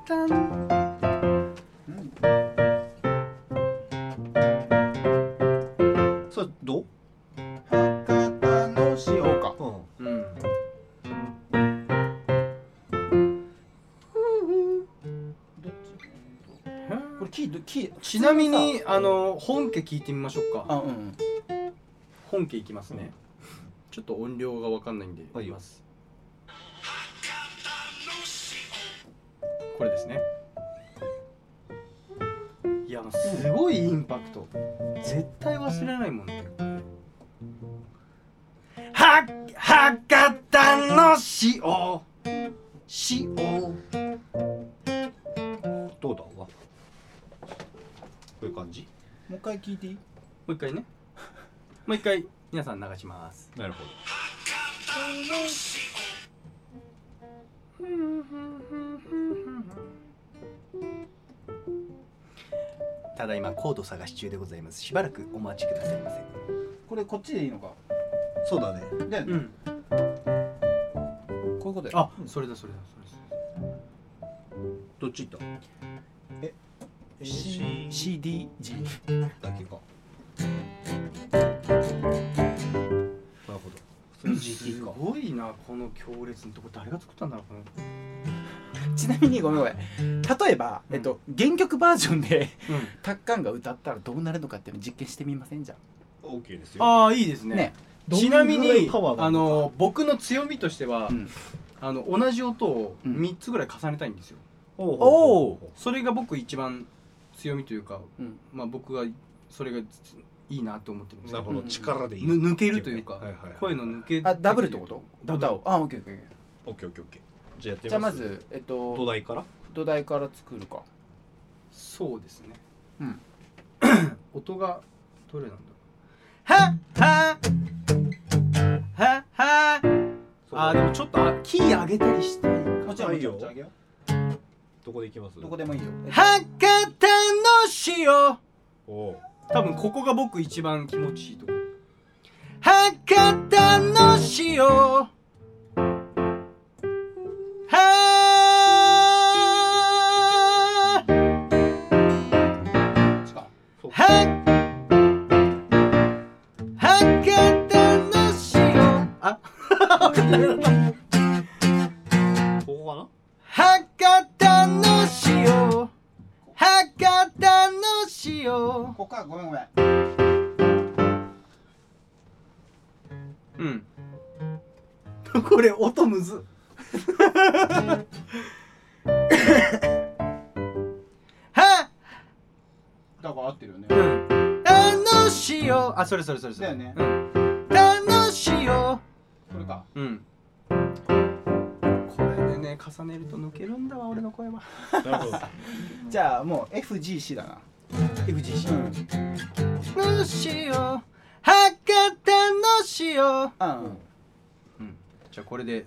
[SPEAKER 1] 多の
[SPEAKER 2] それどう
[SPEAKER 3] 博多のしようか
[SPEAKER 2] うん
[SPEAKER 1] うん
[SPEAKER 3] どっちこれキーどキー
[SPEAKER 1] ちなみにあの本家聞いてみましょうか
[SPEAKER 3] あうん
[SPEAKER 1] 本家いきますね、ちょっと音量がわかんないんで
[SPEAKER 2] はい
[SPEAKER 1] いきますこれですねいやもうすごいインパクト絶対忘れないもんねは博多の塩塩
[SPEAKER 2] どうだわこういう感じ
[SPEAKER 3] もう一回聞いていい
[SPEAKER 1] もう一回ねもう一回皆さん流します
[SPEAKER 2] なるほど
[SPEAKER 1] ただいまコード探し中でございますしばらくお待ちくださいませ
[SPEAKER 3] これこっちでいいのか
[SPEAKER 2] そうだねで
[SPEAKER 1] うん
[SPEAKER 3] こういうことよ
[SPEAKER 1] あそれだそれだそ
[SPEAKER 2] どっち行っ
[SPEAKER 3] C- CDG
[SPEAKER 2] ただっけかなるほどそれ
[SPEAKER 1] れだす
[SPEAKER 2] GT か
[SPEAKER 1] ごいなこの強烈なとこ誰が作ったんだろうこ
[SPEAKER 3] ちなみにごめんごめん例えば、
[SPEAKER 1] うん
[SPEAKER 3] えっと、原曲バージョンで
[SPEAKER 1] の、
[SPEAKER 3] タッカンが歌ったらどうなるのかっていうの実験してみませんじゃん
[SPEAKER 2] OK ですよ
[SPEAKER 1] ああいいですね
[SPEAKER 3] ね
[SPEAKER 1] ちなみ
[SPEAKER 2] どんぐらい
[SPEAKER 1] に
[SPEAKER 2] パワーが
[SPEAKER 1] あの僕の強みとしては、
[SPEAKER 3] うん
[SPEAKER 1] あの同じ音を
[SPEAKER 3] うん
[SPEAKER 1] 3つぐらい重ねたいんですよ、
[SPEAKER 2] おう
[SPEAKER 3] おう
[SPEAKER 1] それが僕一番強みというか、
[SPEAKER 3] うん
[SPEAKER 1] まあ、僕がそれがいいなと思ってるんです
[SPEAKER 2] な
[SPEAKER 1] け
[SPEAKER 2] る
[SPEAKER 1] ど
[SPEAKER 2] ほど
[SPEAKER 3] うん
[SPEAKER 2] 力でいい
[SPEAKER 1] ぬ抜けるというか
[SPEAKER 2] はいはいはい
[SPEAKER 1] 声の抜け
[SPEAKER 3] あダブルってこと
[SPEAKER 1] ダブル
[SPEAKER 3] 歌をあオッケーオッケーオッケ
[SPEAKER 2] OKOKOK じゃあやってみます
[SPEAKER 3] ーじゃあまずえっと
[SPEAKER 2] 土台から
[SPEAKER 3] 土台から作るか
[SPEAKER 1] そうですね
[SPEAKER 3] うん
[SPEAKER 1] 音がどれなんだろうははははあーでもちょっとあキー上げたりしたいか
[SPEAKER 3] もちろんもちろん
[SPEAKER 2] はいよ
[SPEAKER 3] もちろんあげよ
[SPEAKER 2] どこで行きます
[SPEAKER 3] うどこでもいいよえっと
[SPEAKER 1] 博多の塩
[SPEAKER 2] おう
[SPEAKER 1] 多分ここが僕一番気持ちいいとこ博多の塩は
[SPEAKER 2] そう
[SPEAKER 1] は博多の塩あ
[SPEAKER 2] ここかな
[SPEAKER 1] 博多の塩博多の塩
[SPEAKER 3] こっからごめんごめん
[SPEAKER 1] うん。これ音むず。は、
[SPEAKER 3] だから合ってるよね
[SPEAKER 1] うん。楽しいよ。あ、それそれそれそれ。
[SPEAKER 3] だよね
[SPEAKER 1] うん。楽しいよ。
[SPEAKER 3] これか
[SPEAKER 1] うん。これでね、重ねると抜けるんだわ、俺の声は。
[SPEAKER 2] なるほど
[SPEAKER 3] じゃあもう FGC だな
[SPEAKER 1] FGC
[SPEAKER 3] うん
[SPEAKER 1] のしよ。博多のしよ。
[SPEAKER 3] うん
[SPEAKER 1] うん。じゃあこれで。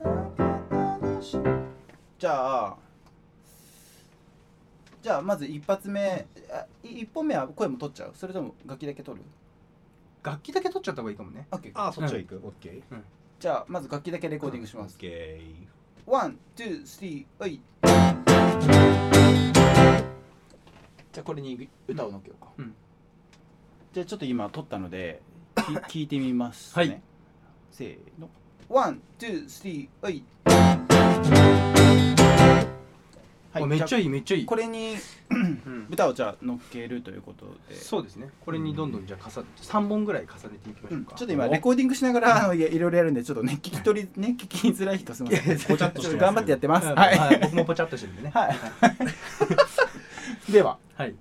[SPEAKER 3] じゃあじゃあまず一発目あい一本目は声も取っちゃうそれとも楽器だけ取る
[SPEAKER 1] 楽器だけ取っちゃった方がいいかもね。
[SPEAKER 3] オッケー
[SPEAKER 2] ああそっちは行く、オッケー
[SPEAKER 3] じゃあまず楽器だけレコーディングし
[SPEAKER 2] オ
[SPEAKER 3] ます
[SPEAKER 2] ッケー
[SPEAKER 3] ワン、ツー、スリー、おい。じゃあこれに歌をのっけようか。
[SPEAKER 1] うん
[SPEAKER 3] じゃあちょっと今撮ったので、き 聞いてみますね。
[SPEAKER 1] はい
[SPEAKER 3] せーの。ワン、ツー、スリー、おい。は
[SPEAKER 1] あめっちゃ
[SPEAKER 3] い
[SPEAKER 1] いい、めっちゃい
[SPEAKER 3] じ
[SPEAKER 1] い
[SPEAKER 3] ゃあ。これに
[SPEAKER 1] うん
[SPEAKER 3] 歌をじゃあ乗っけるということで。
[SPEAKER 1] そうですね。これにどんどんじゃあ重ね、三本ぐらい重ねていきまし
[SPEAKER 3] う
[SPEAKER 1] ょうんか。
[SPEAKER 3] ちょっと今レコーディングしながらあのいやいろいろやるんでちょっとね聞き取りね聞きづらい人すみません。
[SPEAKER 2] ごちゃっとしてます
[SPEAKER 3] ちょ頑張ってやってます。
[SPEAKER 1] うん
[SPEAKER 3] はい。
[SPEAKER 1] はい僕もポチャっとしてるんでね。
[SPEAKER 3] はいでは
[SPEAKER 1] はい。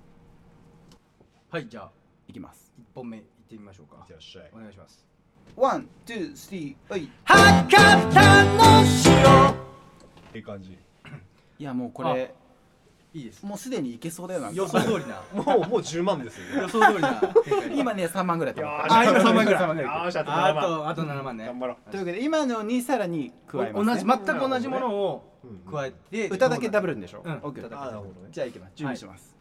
[SPEAKER 1] はい、じゃあ
[SPEAKER 3] いきます。
[SPEAKER 1] 一本目いってみましょうか
[SPEAKER 2] いって。らっしゃい
[SPEAKER 1] お願いします。
[SPEAKER 3] ワン、ツー、スリー、おい。
[SPEAKER 1] 博多の
[SPEAKER 2] いい感じ
[SPEAKER 3] いやもうこれ
[SPEAKER 1] 塩。いいです。
[SPEAKER 3] もうすでにいけそうだよなんか
[SPEAKER 1] 予想通りな。
[SPEAKER 2] もうもう10万ですよ
[SPEAKER 1] 予想通りな展開。
[SPEAKER 3] 今ね3万ぐらいだった
[SPEAKER 1] あ、今三万ぐらい。
[SPEAKER 2] 三万ぐらいよーしあと
[SPEAKER 1] あ
[SPEAKER 2] 七万
[SPEAKER 1] とあと七万ね。
[SPEAKER 2] 頑張ろう
[SPEAKER 3] というわけで今のにさらに加えます、ね、
[SPEAKER 1] 同じ全く同じものを加えて
[SPEAKER 3] 歌だけダブ
[SPEAKER 1] ル。
[SPEAKER 3] ルんでしょ、
[SPEAKER 1] うん
[SPEAKER 3] オッケー
[SPEAKER 1] 歌だ
[SPEAKER 2] ああなるほどね
[SPEAKER 3] じゃあいきます準備します、
[SPEAKER 1] は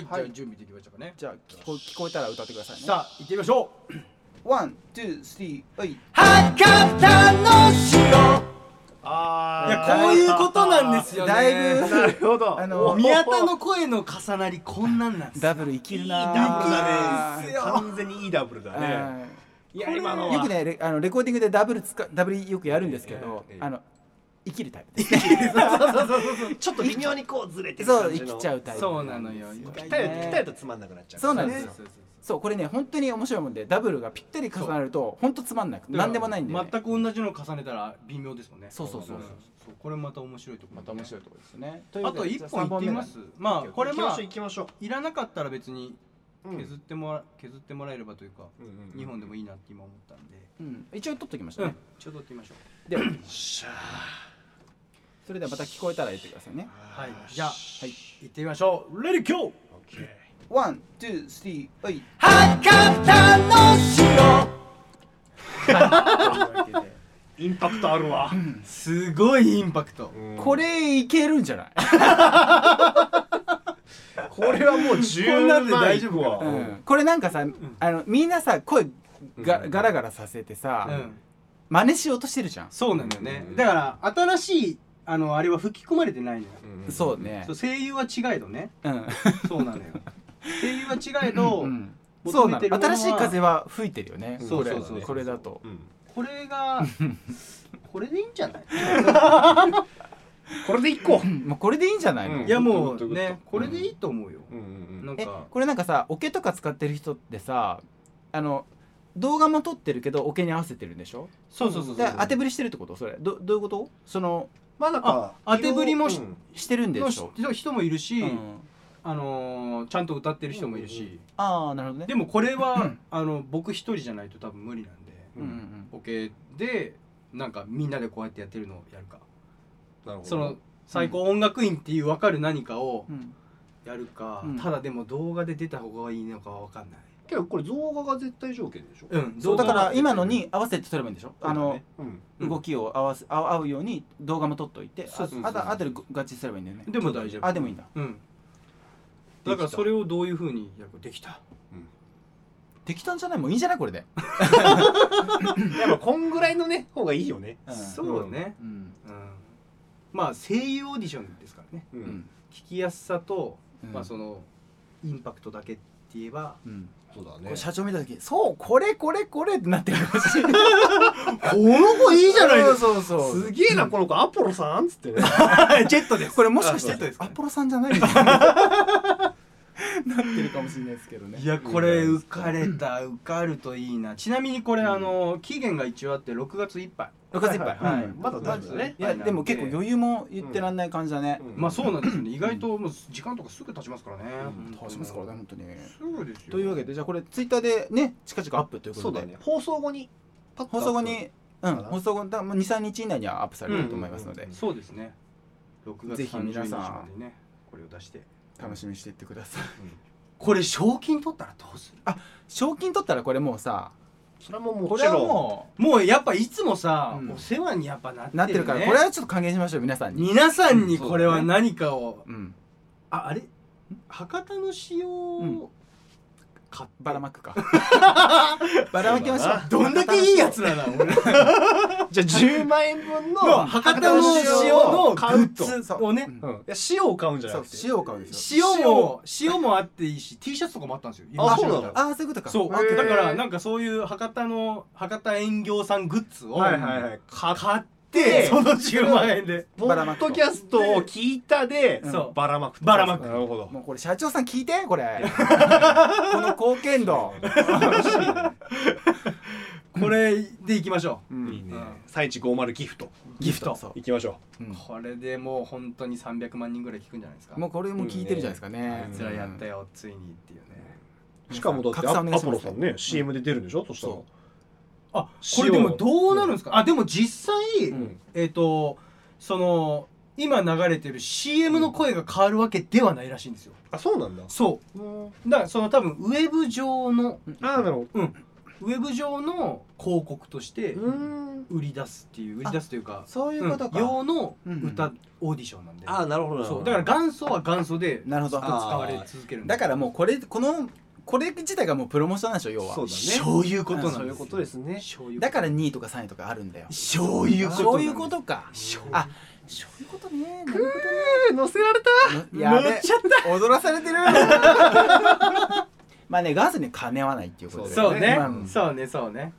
[SPEAKER 1] い、じゃあ
[SPEAKER 3] はい
[SPEAKER 1] 準備できましたかね。
[SPEAKER 3] じゃあ聞こ聞こえたら歌ってくださいね
[SPEAKER 1] さあ行ってみましょう。
[SPEAKER 3] ワンツースリーおい
[SPEAKER 1] 博多の塩。
[SPEAKER 2] あ
[SPEAKER 1] い
[SPEAKER 2] あ
[SPEAKER 1] やこういうことなんですよね。
[SPEAKER 3] だいぶ
[SPEAKER 2] なるほど
[SPEAKER 3] あの
[SPEAKER 1] 宮田の声の重なりこんなんなんですよ
[SPEAKER 3] ダブル生きるなー
[SPEAKER 2] いいダブル
[SPEAKER 1] いい
[SPEAKER 2] だ
[SPEAKER 1] で
[SPEAKER 2] ね
[SPEAKER 1] すよ
[SPEAKER 2] 完全にいいダブルだね
[SPEAKER 3] はい
[SPEAKER 2] いや今のは
[SPEAKER 3] よくねレあのレコーディングでダブル使ダブルよくやるんですけど、
[SPEAKER 2] ええええ
[SPEAKER 3] あの生きるタイプです
[SPEAKER 2] ちょっと微妙にこうずれてる
[SPEAKER 3] そう
[SPEAKER 2] 感
[SPEAKER 3] 生
[SPEAKER 2] じの
[SPEAKER 3] きちゃうタイプ
[SPEAKER 1] そうなのよ
[SPEAKER 2] ぴったりぴったりとつまんなくなっちゃう
[SPEAKER 3] そ
[SPEAKER 1] そ
[SPEAKER 3] うな
[SPEAKER 1] うんで
[SPEAKER 3] です
[SPEAKER 1] す
[SPEAKER 3] よ
[SPEAKER 1] よ
[SPEAKER 3] そうこれね本当に面白いもんでダブルがぴったり重なると本当つまんなくなんでもないんで、ね、
[SPEAKER 1] 全く同じのを重ねたら微妙ですもんね
[SPEAKER 3] そうそうそうそうん
[SPEAKER 1] そうこれまた面白いところ
[SPEAKER 3] また面白いところですね
[SPEAKER 1] あと一本いってみますまあこれまあ
[SPEAKER 2] 行きましょう行
[SPEAKER 1] いらなかったら別に
[SPEAKER 2] きましょう
[SPEAKER 1] 削ってもら削ってもらえればというか
[SPEAKER 2] うんうんうん
[SPEAKER 1] 2本でもいいなって今思ったんで
[SPEAKER 3] うん、一応取っときました
[SPEAKER 1] う
[SPEAKER 3] ね、
[SPEAKER 1] んちょうどってみましょう
[SPEAKER 3] では
[SPEAKER 2] しゃ
[SPEAKER 3] それではまた聞こえたら言ってくださいね
[SPEAKER 2] あ
[SPEAKER 1] はいじゃあ
[SPEAKER 3] はい
[SPEAKER 1] 行ってみましょうレディキョー
[SPEAKER 2] オッケー
[SPEAKER 3] ワンツースリーおい
[SPEAKER 1] 博多の塩
[SPEAKER 2] インパクトあるわ
[SPEAKER 1] すごいインパクト
[SPEAKER 3] これいけるんじゃない、
[SPEAKER 2] これはもう10
[SPEAKER 1] こんなん
[SPEAKER 2] 万
[SPEAKER 1] で大丈
[SPEAKER 2] 夫わ
[SPEAKER 3] うんこれなんかさ、あのみんなさ声が、ガラガラさせてさ、
[SPEAKER 1] うん
[SPEAKER 3] 真似しようとしてるじゃん、
[SPEAKER 1] そうなんだよね
[SPEAKER 2] うん
[SPEAKER 1] だから新しいあのあれは吹き込まれてないのよ
[SPEAKER 3] そうね
[SPEAKER 1] そう声優は違えどね
[SPEAKER 3] うん、
[SPEAKER 1] そう なのよ声優は違えど、
[SPEAKER 3] うん、そ
[SPEAKER 1] 求
[SPEAKER 3] うな
[SPEAKER 1] めてるも
[SPEAKER 3] の
[SPEAKER 1] のは
[SPEAKER 3] 新しい風は吹いてるよね
[SPEAKER 1] そう
[SPEAKER 3] これ
[SPEAKER 1] そうそうそう
[SPEAKER 3] これだと
[SPEAKER 1] これがこれでいいんじゃない
[SPEAKER 2] これでいこ
[SPEAKER 3] うんもうこれでいいんじゃないの、
[SPEAKER 2] うん
[SPEAKER 1] いやも
[SPEAKER 2] どういう
[SPEAKER 1] う
[SPEAKER 2] ことどういう
[SPEAKER 1] ね
[SPEAKER 2] こと
[SPEAKER 1] これでいいと思うよ、
[SPEAKER 2] う
[SPEAKER 1] なん
[SPEAKER 3] え
[SPEAKER 1] か
[SPEAKER 3] これなんかさオケとか使ってる人ってさあの動画も撮ってるけどオケに合わせてるんでしょ
[SPEAKER 1] そうそうそうそ
[SPEAKER 3] だ
[SPEAKER 1] う
[SPEAKER 3] から当てぶりしてるってことそれどどういうことその
[SPEAKER 2] まあなんか
[SPEAKER 1] あ当てぶりもし
[SPEAKER 2] うん
[SPEAKER 3] してるんで
[SPEAKER 1] の
[SPEAKER 3] しょ、
[SPEAKER 1] 人人もいるし、
[SPEAKER 3] うん
[SPEAKER 1] あのーちゃんと歌ってる人もいるし、
[SPEAKER 2] うん
[SPEAKER 3] ああなるほどね
[SPEAKER 1] でもこれはあの僕一人じゃないと多分無理なんで
[SPEAKER 3] うんうんうん
[SPEAKER 1] オケでなんかみんなでこうやってやってるのをやるか
[SPEAKER 2] なるほど
[SPEAKER 1] その最高音楽院っていう分かる何かを
[SPEAKER 3] うん
[SPEAKER 1] やるか、
[SPEAKER 3] うん
[SPEAKER 1] ただでも動画で出た方がいいのかは分かんない
[SPEAKER 2] けどこれ増画が絶対条件でしょ
[SPEAKER 1] うん
[SPEAKER 3] そ
[SPEAKER 1] 動
[SPEAKER 3] うだ
[SPEAKER 1] 画
[SPEAKER 3] か
[SPEAKER 1] は
[SPEAKER 3] ら今のに合わせて撮ればいいんでしょあの
[SPEAKER 2] うん
[SPEAKER 1] うん
[SPEAKER 3] 動きを合わせ合う合うように動画も撮っといて
[SPEAKER 1] そう
[SPEAKER 3] あ
[SPEAKER 1] そうそう
[SPEAKER 3] あとあとで合致すればいいんだよね
[SPEAKER 1] でも大丈夫
[SPEAKER 3] あでもいいんだ
[SPEAKER 1] うんだからそれをどういうふうにやるかできた
[SPEAKER 3] 適当じゃないもういいんじゃないこれで、
[SPEAKER 2] やっぱこんぐらいのね方がいいよね
[SPEAKER 3] うん
[SPEAKER 1] そうね、
[SPEAKER 3] うん
[SPEAKER 1] うん、まあ声優オーディションですからね
[SPEAKER 2] う
[SPEAKER 3] うんん
[SPEAKER 1] 聞きやすさと、
[SPEAKER 3] うん
[SPEAKER 1] まあそのインパクトだけって言えば
[SPEAKER 3] うん
[SPEAKER 6] そうだ
[SPEAKER 3] これ
[SPEAKER 6] ね
[SPEAKER 3] 社長見た時そうこれこれこれってなってるかもしれない
[SPEAKER 1] この子いいじゃないですか
[SPEAKER 3] そうそうそう
[SPEAKER 2] すげえなこの子アポロさんっつってね
[SPEAKER 1] ジェットです
[SPEAKER 3] これもしかし
[SPEAKER 1] あそう
[SPEAKER 3] て
[SPEAKER 1] です
[SPEAKER 3] アポロさんじゃないみたい ななってるかもしれないですけどね
[SPEAKER 1] いやこれ浮かれた受かるといいなちなみにこれあの期限が一応あって6月いっぱい
[SPEAKER 3] 6月いっぱい、
[SPEAKER 2] ははは
[SPEAKER 3] うん
[SPEAKER 2] まだ大丈夫だね
[SPEAKER 3] いやでも結構余裕も言ってらんない感じだね、
[SPEAKER 2] うん
[SPEAKER 1] まあそうなんですよね意外ともう時間とかすぐ経ちますからね
[SPEAKER 2] うん
[SPEAKER 3] 倒しますからね本当に
[SPEAKER 1] すぐですよ
[SPEAKER 3] というわけでじゃあこれツイッターでね近々アップというこ
[SPEAKER 2] そ
[SPEAKER 3] と
[SPEAKER 2] う
[SPEAKER 3] で
[SPEAKER 2] だね放送後にパッと
[SPEAKER 3] 放送後にうん
[SPEAKER 2] かな
[SPEAKER 3] 放送後だ23日以内にはアップされると思いますので、
[SPEAKER 2] うんうん
[SPEAKER 1] そうですね6月
[SPEAKER 3] ぜひ皆
[SPEAKER 1] 30日
[SPEAKER 3] さん
[SPEAKER 1] までねこれを出して
[SPEAKER 3] 楽しみにしていってください
[SPEAKER 1] これ賞金取ったらどうする
[SPEAKER 3] 賞金取ったらこれもうさ
[SPEAKER 2] それはもう
[SPEAKER 3] こ
[SPEAKER 2] もち
[SPEAKER 3] れは
[SPEAKER 2] ろん
[SPEAKER 3] も
[SPEAKER 1] もうやっぱいつもさ、
[SPEAKER 3] うん
[SPEAKER 1] お世話にやっぱなってる、
[SPEAKER 3] う
[SPEAKER 1] ね、
[SPEAKER 3] なってるからこれはちょっと還元しましょう皆さんに
[SPEAKER 1] 皆さんにこれは何かを、
[SPEAKER 3] うん
[SPEAKER 1] ああれ博多の塩を買って
[SPEAKER 3] ばらまくかばらまきましょう
[SPEAKER 1] どんだけいいやつらだ俺
[SPEAKER 2] じゃあ10万円分の
[SPEAKER 1] の博多の塩のグ
[SPEAKER 2] 買う
[SPEAKER 1] ッ
[SPEAKER 2] と
[SPEAKER 1] ズをね
[SPEAKER 3] うん
[SPEAKER 2] うんいや塩を買うんじゃ
[SPEAKER 3] そ
[SPEAKER 2] な
[SPEAKER 3] う
[SPEAKER 2] くて
[SPEAKER 3] 塩を買うんですよ
[SPEAKER 1] 塩も塩もあっていいし T シャツとかもあったんですよ
[SPEAKER 2] あそうなの
[SPEAKER 3] ああそういうことか
[SPEAKER 1] そう
[SPEAKER 3] あ
[SPEAKER 1] だからなんかそういう博多の博多園業さんグッズを
[SPEAKER 2] は
[SPEAKER 1] 買
[SPEAKER 2] いはいはい
[SPEAKER 1] ってその10万円で
[SPEAKER 2] ポッドキャストを聞いたで
[SPEAKER 1] うん
[SPEAKER 2] ばらまく
[SPEAKER 1] ばらまく
[SPEAKER 2] なるほど
[SPEAKER 3] もうこれ社長さん聞いてこれこの貢献度
[SPEAKER 1] これでいきましょ
[SPEAKER 3] うん
[SPEAKER 2] いいね最地50ギフト
[SPEAKER 1] うギフト
[SPEAKER 3] そう
[SPEAKER 2] 行きましょ
[SPEAKER 3] うん
[SPEAKER 1] これでもう本当に300万人ぐらい聞くんじゃないですか
[SPEAKER 3] もうこれも聞いてるじゃないですか
[SPEAKER 2] ね
[SPEAKER 3] ね
[SPEAKER 1] あいつらやったよついにっていうね
[SPEAKER 2] うしかもだって
[SPEAKER 3] 拡散お願
[SPEAKER 2] ア
[SPEAKER 3] いし
[SPEAKER 2] ポ
[SPEAKER 3] ます
[SPEAKER 2] ロさんね CM で出るんでしょそしたら
[SPEAKER 3] そ
[SPEAKER 1] あこれ
[SPEAKER 2] 塩
[SPEAKER 1] でもどうなるんですか、あでも実際、
[SPEAKER 2] うん
[SPEAKER 1] えっ、とその今流れてる CM の声が変わるわけではないらしいんですよ、
[SPEAKER 2] あそうなんだ
[SPEAKER 1] そ
[SPEAKER 2] うん
[SPEAKER 1] うだからその多分ウェブ上の
[SPEAKER 2] ああなるほ
[SPEAKER 1] ウェブ上の広告として
[SPEAKER 2] どうん
[SPEAKER 1] 売り出すっていう売り出すというか
[SPEAKER 3] そういううんことか、
[SPEAKER 1] 用の
[SPEAKER 3] うん
[SPEAKER 1] 歌、オーディションなんで
[SPEAKER 6] ああなるほどなる
[SPEAKER 1] そ
[SPEAKER 6] ほ
[SPEAKER 1] う
[SPEAKER 6] ど
[SPEAKER 1] だから元祖は元祖でずっ
[SPEAKER 3] なるほ
[SPEAKER 1] と
[SPEAKER 3] ど
[SPEAKER 1] 使われ続けるんで
[SPEAKER 3] だからもうこれこのこれ自体がもうプロモーションなんでしょ要は
[SPEAKER 2] そうだね
[SPEAKER 1] そういうことなんですよ
[SPEAKER 2] そういうことですね
[SPEAKER 1] そういうこと
[SPEAKER 3] だから2位とか3位とかあるんだよ
[SPEAKER 1] そういうことなんです
[SPEAKER 3] そういうことか
[SPEAKER 1] そう
[SPEAKER 3] あそういうことねなる
[SPEAKER 2] 乗せられた
[SPEAKER 3] ほどね やべ
[SPEAKER 1] 乗っち
[SPEAKER 3] 踊らされてる まあね元祖に金はないっていうことで
[SPEAKER 1] そうね
[SPEAKER 3] まあ、うん
[SPEAKER 1] そうねそうね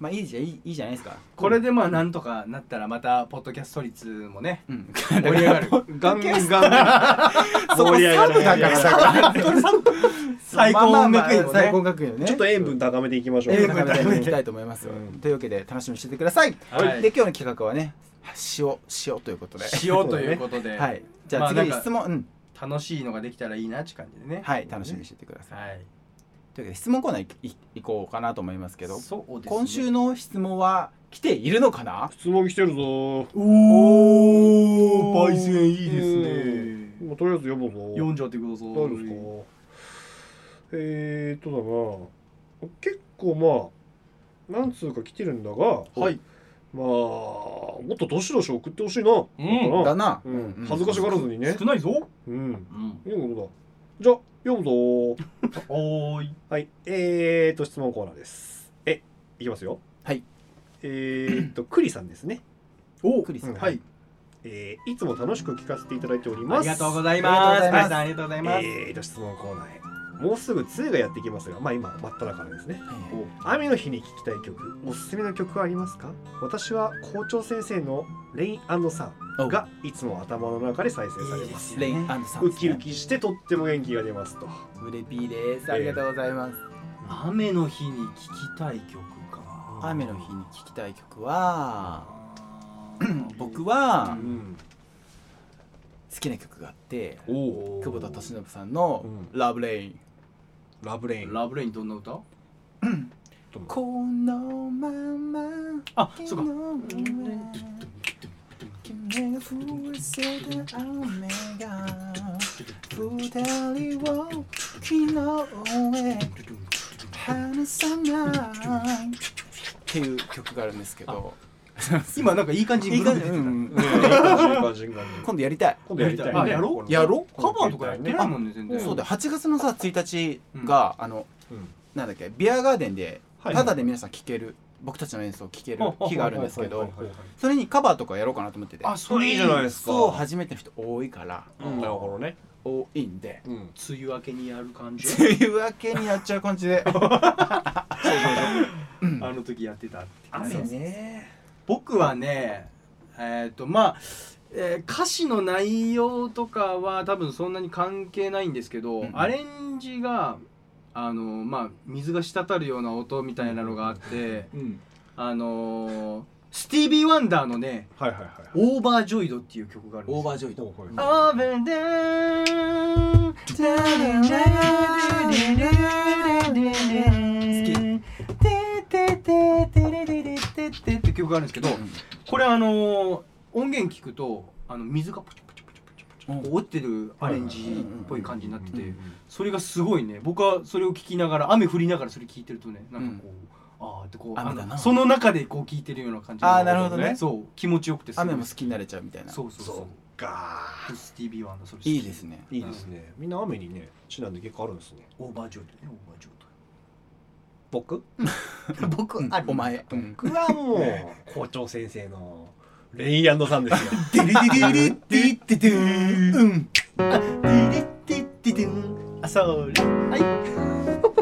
[SPEAKER 3] まあいいじゃいいいいじゃないですか
[SPEAKER 1] これでまあなんとかなったらまたポッドキャスト率もね
[SPEAKER 3] うん
[SPEAKER 1] 盛り上がる
[SPEAKER 2] ガンガンガ
[SPEAKER 3] そこ
[SPEAKER 2] 盛り上が
[SPEAKER 3] サ
[SPEAKER 2] る
[SPEAKER 3] ブだからだから
[SPEAKER 1] 最高音楽院も
[SPEAKER 3] 最
[SPEAKER 1] ね
[SPEAKER 3] 高音楽院をね
[SPEAKER 2] ンちょっと塩分高めていきましょう
[SPEAKER 3] ええ
[SPEAKER 1] 塩分
[SPEAKER 3] 高めていきたいと思いますよ、
[SPEAKER 2] うん
[SPEAKER 3] というわけで楽しみにしててください、
[SPEAKER 1] はい
[SPEAKER 3] で今日の企画はね塩塩ということで
[SPEAKER 1] しようということで、
[SPEAKER 3] はいじゃあ
[SPEAKER 1] ま
[SPEAKER 3] 次
[SPEAKER 1] あ
[SPEAKER 3] に
[SPEAKER 1] なんか
[SPEAKER 3] 質問、うん
[SPEAKER 1] 楽しいのができたらいいなって感じでね
[SPEAKER 3] はい楽しみにしててください、
[SPEAKER 1] はい
[SPEAKER 3] というわけで質問コーナーいいいこうかなと思いますけど、
[SPEAKER 1] そうですね
[SPEAKER 3] 今週の質問は来ているのかな
[SPEAKER 2] 質問来てるぞ
[SPEAKER 1] お
[SPEAKER 2] 焙煎いいですね
[SPEAKER 1] ね
[SPEAKER 2] もうとりあえず読むぞ
[SPEAKER 1] 読んじゃってください
[SPEAKER 2] どうですかえーっとだな結構まあ何通か来てるんだが、
[SPEAKER 1] はい
[SPEAKER 2] まあもっとどしどし送ってほしいな、
[SPEAKER 1] うん
[SPEAKER 3] だな、
[SPEAKER 2] うん恥ずかしがらずにね
[SPEAKER 1] 少ないぞ
[SPEAKER 2] うん
[SPEAKER 1] うん
[SPEAKER 2] いいことだじゃあ読むぞ
[SPEAKER 1] おーい
[SPEAKER 2] はいえーっと質問コーナーですえいきますよ
[SPEAKER 3] はい
[SPEAKER 2] えーっ とクリさんですね
[SPEAKER 1] お
[SPEAKER 3] クリス
[SPEAKER 2] うん
[SPEAKER 1] はい
[SPEAKER 2] えーいつも楽しく聞かせていただいており
[SPEAKER 1] あ
[SPEAKER 2] ま
[SPEAKER 1] り
[SPEAKER 2] す
[SPEAKER 1] がとうございます
[SPEAKER 3] ありがとうございます
[SPEAKER 1] 皆さんありがとうございます
[SPEAKER 2] えーっと質問コーナーへもうすぐ梅雨がやってきますがまあ今真っ只中ですね
[SPEAKER 3] はい
[SPEAKER 2] 雨の日に聴きたい曲おすすめの曲はありますか私は校長先生の「レインサ
[SPEAKER 3] お
[SPEAKER 2] ン」がいつも頭の中で再生され
[SPEAKER 1] いいで
[SPEAKER 2] ますす
[SPEAKER 1] よ
[SPEAKER 3] レインアンドサン
[SPEAKER 2] ウキウキしてとっても元気が出ますと
[SPEAKER 3] ウレピーですありがとうございます、
[SPEAKER 1] 雨の日に聴きたい曲か
[SPEAKER 3] 雨の日に聴きたい曲は 僕
[SPEAKER 1] は
[SPEAKER 3] は
[SPEAKER 2] うん
[SPEAKER 3] 好きな曲があって
[SPEAKER 2] おお
[SPEAKER 3] 久保田利伸さんの
[SPEAKER 2] うん
[SPEAKER 3] 「ラブレイン」
[SPEAKER 2] ラブレイン
[SPEAKER 1] ラブレインどんな歌
[SPEAKER 3] このまま
[SPEAKER 1] あ
[SPEAKER 3] そ
[SPEAKER 1] そううか
[SPEAKER 3] 君が降らせた雨が二人を昨日へ離さないっていう曲があるんですけど
[SPEAKER 1] 今なんかいい感じに
[SPEAKER 3] いい
[SPEAKER 1] ブル
[SPEAKER 3] 感
[SPEAKER 1] ー
[SPEAKER 3] じ、
[SPEAKER 1] 出
[SPEAKER 3] う
[SPEAKER 1] てた
[SPEAKER 3] ん、
[SPEAKER 2] 感じ
[SPEAKER 3] 今度やりたい
[SPEAKER 2] 今度やりたいね
[SPEAKER 1] あやろう
[SPEAKER 3] やろ
[SPEAKER 1] カバーとかやってないもんね全然
[SPEAKER 3] そうだよ8月のさ1日が、あの
[SPEAKER 2] うん
[SPEAKER 3] なんだっけビアガーデンで
[SPEAKER 2] はい
[SPEAKER 3] ただで皆さん聴ける僕たちの演奏を聴ける日があるんですけ
[SPEAKER 2] はい
[SPEAKER 3] ど
[SPEAKER 2] はいはい
[SPEAKER 3] それにカバーとかやろうかなと思ってて
[SPEAKER 6] あそれいいじゃないですか
[SPEAKER 3] そう初めての人多いから
[SPEAKER 6] うんなるほどね
[SPEAKER 3] 多いんで
[SPEAKER 2] うん
[SPEAKER 1] 梅雨明けにやる感じ
[SPEAKER 3] というわけにやっちゃう感じで
[SPEAKER 1] あの時やってたって感じ
[SPEAKER 3] 雨ね
[SPEAKER 1] 僕はねえっ、とまあ、えー歌詞の内容とかは多分そんなに関係ないんですけど、
[SPEAKER 3] うん
[SPEAKER 1] アレンジがあのまあ水が滴るような音みたいなのがあって
[SPEAKER 2] うん
[SPEAKER 1] あのースティービー・ワンダーのね
[SPEAKER 2] はいはいはい
[SPEAKER 1] 「オーバージョイド」っていう曲があるんですよ。
[SPEAKER 3] ージョイ
[SPEAKER 2] ほうほうほう
[SPEAKER 1] オーバーって曲があるんですけど、これあのー音源聞くとあの水がポチポチポチポチポチこう落ちてるアレンジっぽい感じになって
[SPEAKER 2] う
[SPEAKER 1] て
[SPEAKER 2] ん
[SPEAKER 1] それがすごいね僕はそれを聞きながら雨降りながらそれ聞いてるとねなんかこう、ああってこう
[SPEAKER 3] 雨だな
[SPEAKER 1] あのその中でこう聞いてるような感じ
[SPEAKER 3] あーなるほどね
[SPEAKER 1] そう気持ちよくてすごい
[SPEAKER 3] 雨も好きになれちゃうみたいな
[SPEAKER 1] そうそうそう
[SPEAKER 2] ガ
[SPEAKER 1] スティービーワンのそれ
[SPEAKER 3] いいですね
[SPEAKER 2] ーいいですねみんな雨にねちなんで結構あるんですね
[SPEAKER 1] オーバージョイドねオーバージョイド
[SPEAKER 2] 僕
[SPEAKER 3] 僕お前うん
[SPEAKER 2] 僕はもう校長先生のレインさんですよ
[SPEAKER 3] ディリディリディディディーンうん
[SPEAKER 1] あそれは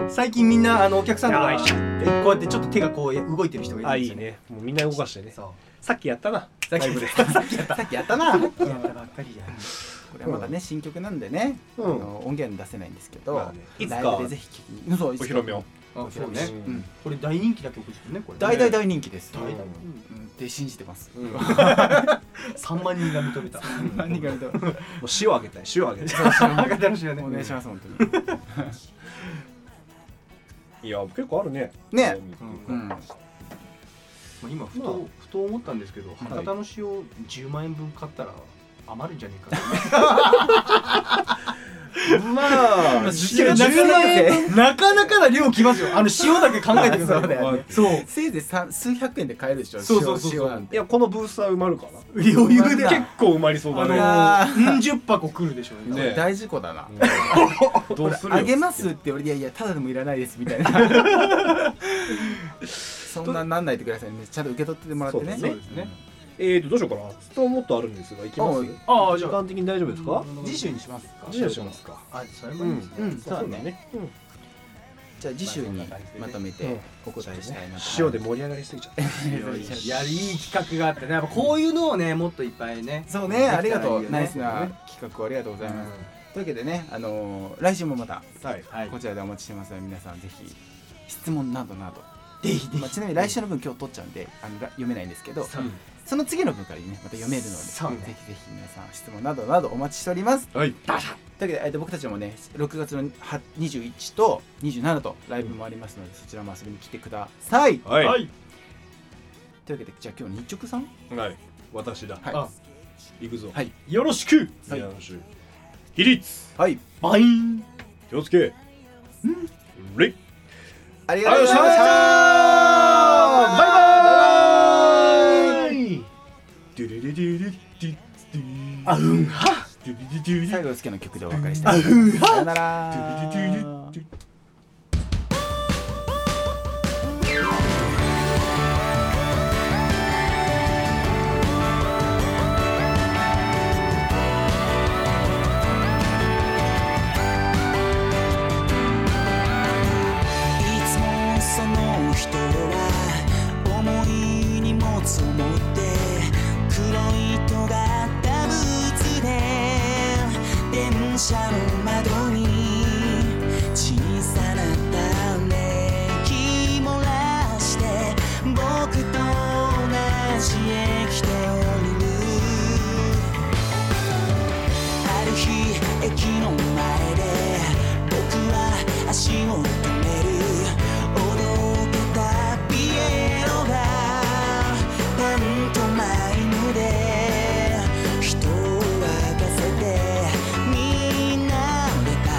[SPEAKER 1] い最近みんなあのお客さんとか
[SPEAKER 2] よいしょ
[SPEAKER 1] でこうやってちょっと手がこう動いてる人が
[SPEAKER 2] あ
[SPEAKER 1] いるん
[SPEAKER 2] い
[SPEAKER 1] ですよ
[SPEAKER 2] い
[SPEAKER 1] ね
[SPEAKER 2] ねもうみんな動かしてね
[SPEAKER 1] そう
[SPEAKER 2] さっきやったな
[SPEAKER 3] さっき
[SPEAKER 2] ライブで
[SPEAKER 3] さっきやったなこ
[SPEAKER 1] やったばっかりじゃん
[SPEAKER 3] れはまだね新曲なんでねあ
[SPEAKER 2] うん
[SPEAKER 3] の音源出せないんですけ
[SPEAKER 2] ま
[SPEAKER 3] ど
[SPEAKER 2] あねいつか
[SPEAKER 3] ライブでぜひ聴きにそういつか
[SPEAKER 2] を
[SPEAKER 1] あそうね
[SPEAKER 2] う
[SPEAKER 3] うん
[SPEAKER 2] ん
[SPEAKER 1] これ大人気な曲ですよねこれ
[SPEAKER 3] 大大大人気です
[SPEAKER 1] 大
[SPEAKER 3] う
[SPEAKER 1] 々
[SPEAKER 3] んって信じてます
[SPEAKER 2] うんも
[SPEAKER 1] 3万人が認めた
[SPEAKER 3] 何がどう
[SPEAKER 2] う塩あげたい塩あげたい
[SPEAKER 1] 博多の人がね
[SPEAKER 3] お願いします本当に
[SPEAKER 2] いや結構あるね
[SPEAKER 3] ねう
[SPEAKER 1] うん
[SPEAKER 3] ん
[SPEAKER 1] まあ今ふ
[SPEAKER 2] まあ
[SPEAKER 1] とふと思ったんですけど
[SPEAKER 2] い
[SPEAKER 1] 博多の塩10万円分買ったら余るんじゃねえかな
[SPEAKER 2] まあ
[SPEAKER 3] 10万円
[SPEAKER 1] なかなかな量きますよ。あの塩だけ考えてください。そう。
[SPEAKER 3] せいぜいさ数百円で買えるでしょ
[SPEAKER 1] そうそうそうそう
[SPEAKER 3] 塩塩なん
[SPEAKER 2] い
[SPEAKER 3] て
[SPEAKER 2] やこのブースは埋まるかな
[SPEAKER 1] 余裕で。
[SPEAKER 2] 結構埋まりそうだね
[SPEAKER 1] あの、うん十箱来るでしょうね。
[SPEAKER 2] ねえ
[SPEAKER 3] 大事故だな
[SPEAKER 2] うんどうするよ
[SPEAKER 3] あげますって俺いやいやただでもいらないですみたいなそんななんないでくださいねちゃんと受け取ってもらってね
[SPEAKER 2] そうです
[SPEAKER 1] ね
[SPEAKER 2] えーとどうしようかな質問もっとあるんですがいきます
[SPEAKER 1] ああ、じゃ
[SPEAKER 2] 時
[SPEAKER 1] あ。
[SPEAKER 2] 間的に大丈夫ですか
[SPEAKER 1] 次週。
[SPEAKER 3] にしますか
[SPEAKER 2] 次週しますか
[SPEAKER 1] あ、それもいいですね。
[SPEAKER 3] うんそうだね
[SPEAKER 2] ねうん
[SPEAKER 3] じゃあ次週にまとめてお答えしたいなと
[SPEAKER 2] 塩で盛り上がりすぎちゃった
[SPEAKER 1] いや、いい企画があったね。やっぱこういうのをね、もっといっぱいね。
[SPEAKER 3] そう
[SPEAKER 1] でき
[SPEAKER 3] ね
[SPEAKER 1] たら
[SPEAKER 3] ありがと
[SPEAKER 1] いういよね
[SPEAKER 3] ナイスな企画をありがとうございますというわけでねあのー来週もまた
[SPEAKER 2] はい
[SPEAKER 1] はい
[SPEAKER 3] こ。ちらでお待ちしてますので皆さんぜひ質問などなど
[SPEAKER 1] ぜひぜ
[SPEAKER 3] まあ、ちなみに来週の分今日取っちゃうんであのら読めないんですけど
[SPEAKER 1] そう
[SPEAKER 3] その次の分からねまた読めるので、
[SPEAKER 1] そうね
[SPEAKER 3] ぜひぜひ皆さん質問などなどお待ちしております
[SPEAKER 2] はい
[SPEAKER 3] というわけでえっと僕たちもね6月のは21と27とライブもありますので、そちらも遊びに来てください
[SPEAKER 2] はい
[SPEAKER 1] は。
[SPEAKER 2] はい
[SPEAKER 3] というわけでじゃあ今日日直さん
[SPEAKER 2] い私だ
[SPEAKER 3] はい
[SPEAKER 1] あ
[SPEAKER 2] 行くぞ
[SPEAKER 3] はい
[SPEAKER 2] よろしく
[SPEAKER 3] はい
[SPEAKER 2] よろしく比率
[SPEAKER 3] はい
[SPEAKER 1] バイン。
[SPEAKER 2] 気をつけレイ
[SPEAKER 3] ありがとうございました
[SPEAKER 2] バイバイドゥルルルルルルルあうんはドゥルルルルル
[SPEAKER 3] 最後好きな曲でお別れしたいと思いますさよなら
[SPEAKER 2] ドゥルルルルルル
[SPEAKER 7] いつもその人は重い荷物を持って黒い尖ったブーツで電車の窓に小さなため息漏らして僕と同じ駅で降りるある日駅の前で僕は足を止めるおどけたピエロがパントマイムで人を沸かせてみんなでパ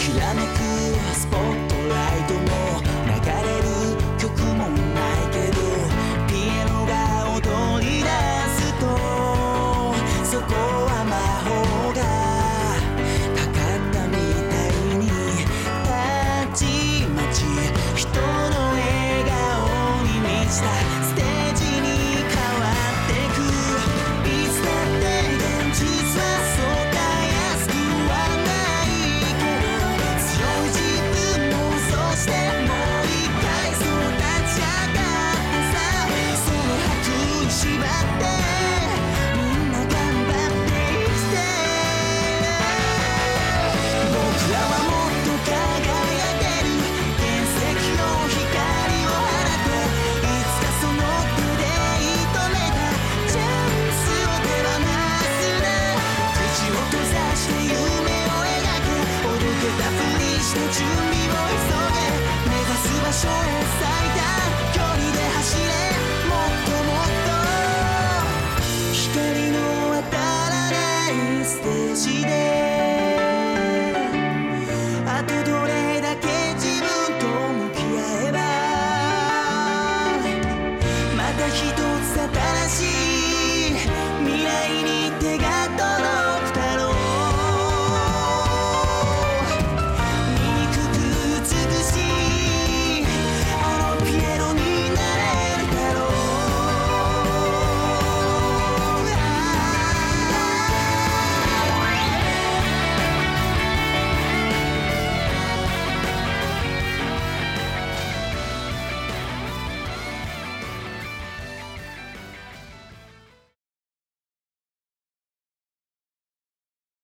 [SPEAKER 7] きらめくスポットライトも流れる曲もないけどピエロが踊り出すとそこは魔法がかかったみたいにたちまち人の笑顔に満ちたステージに変わってくいつだって現実はそうたやすくはないけど強い自分もそしてもう一回そう立ち上がってさその拍に縛ってみんな頑張って生きて僕らはもっと輝ける原石の光を放っていつかその手で射止めたチャンスを手放すな口を閉ざして夢を描けおどけたふりして準備を急げ目指す場所へさ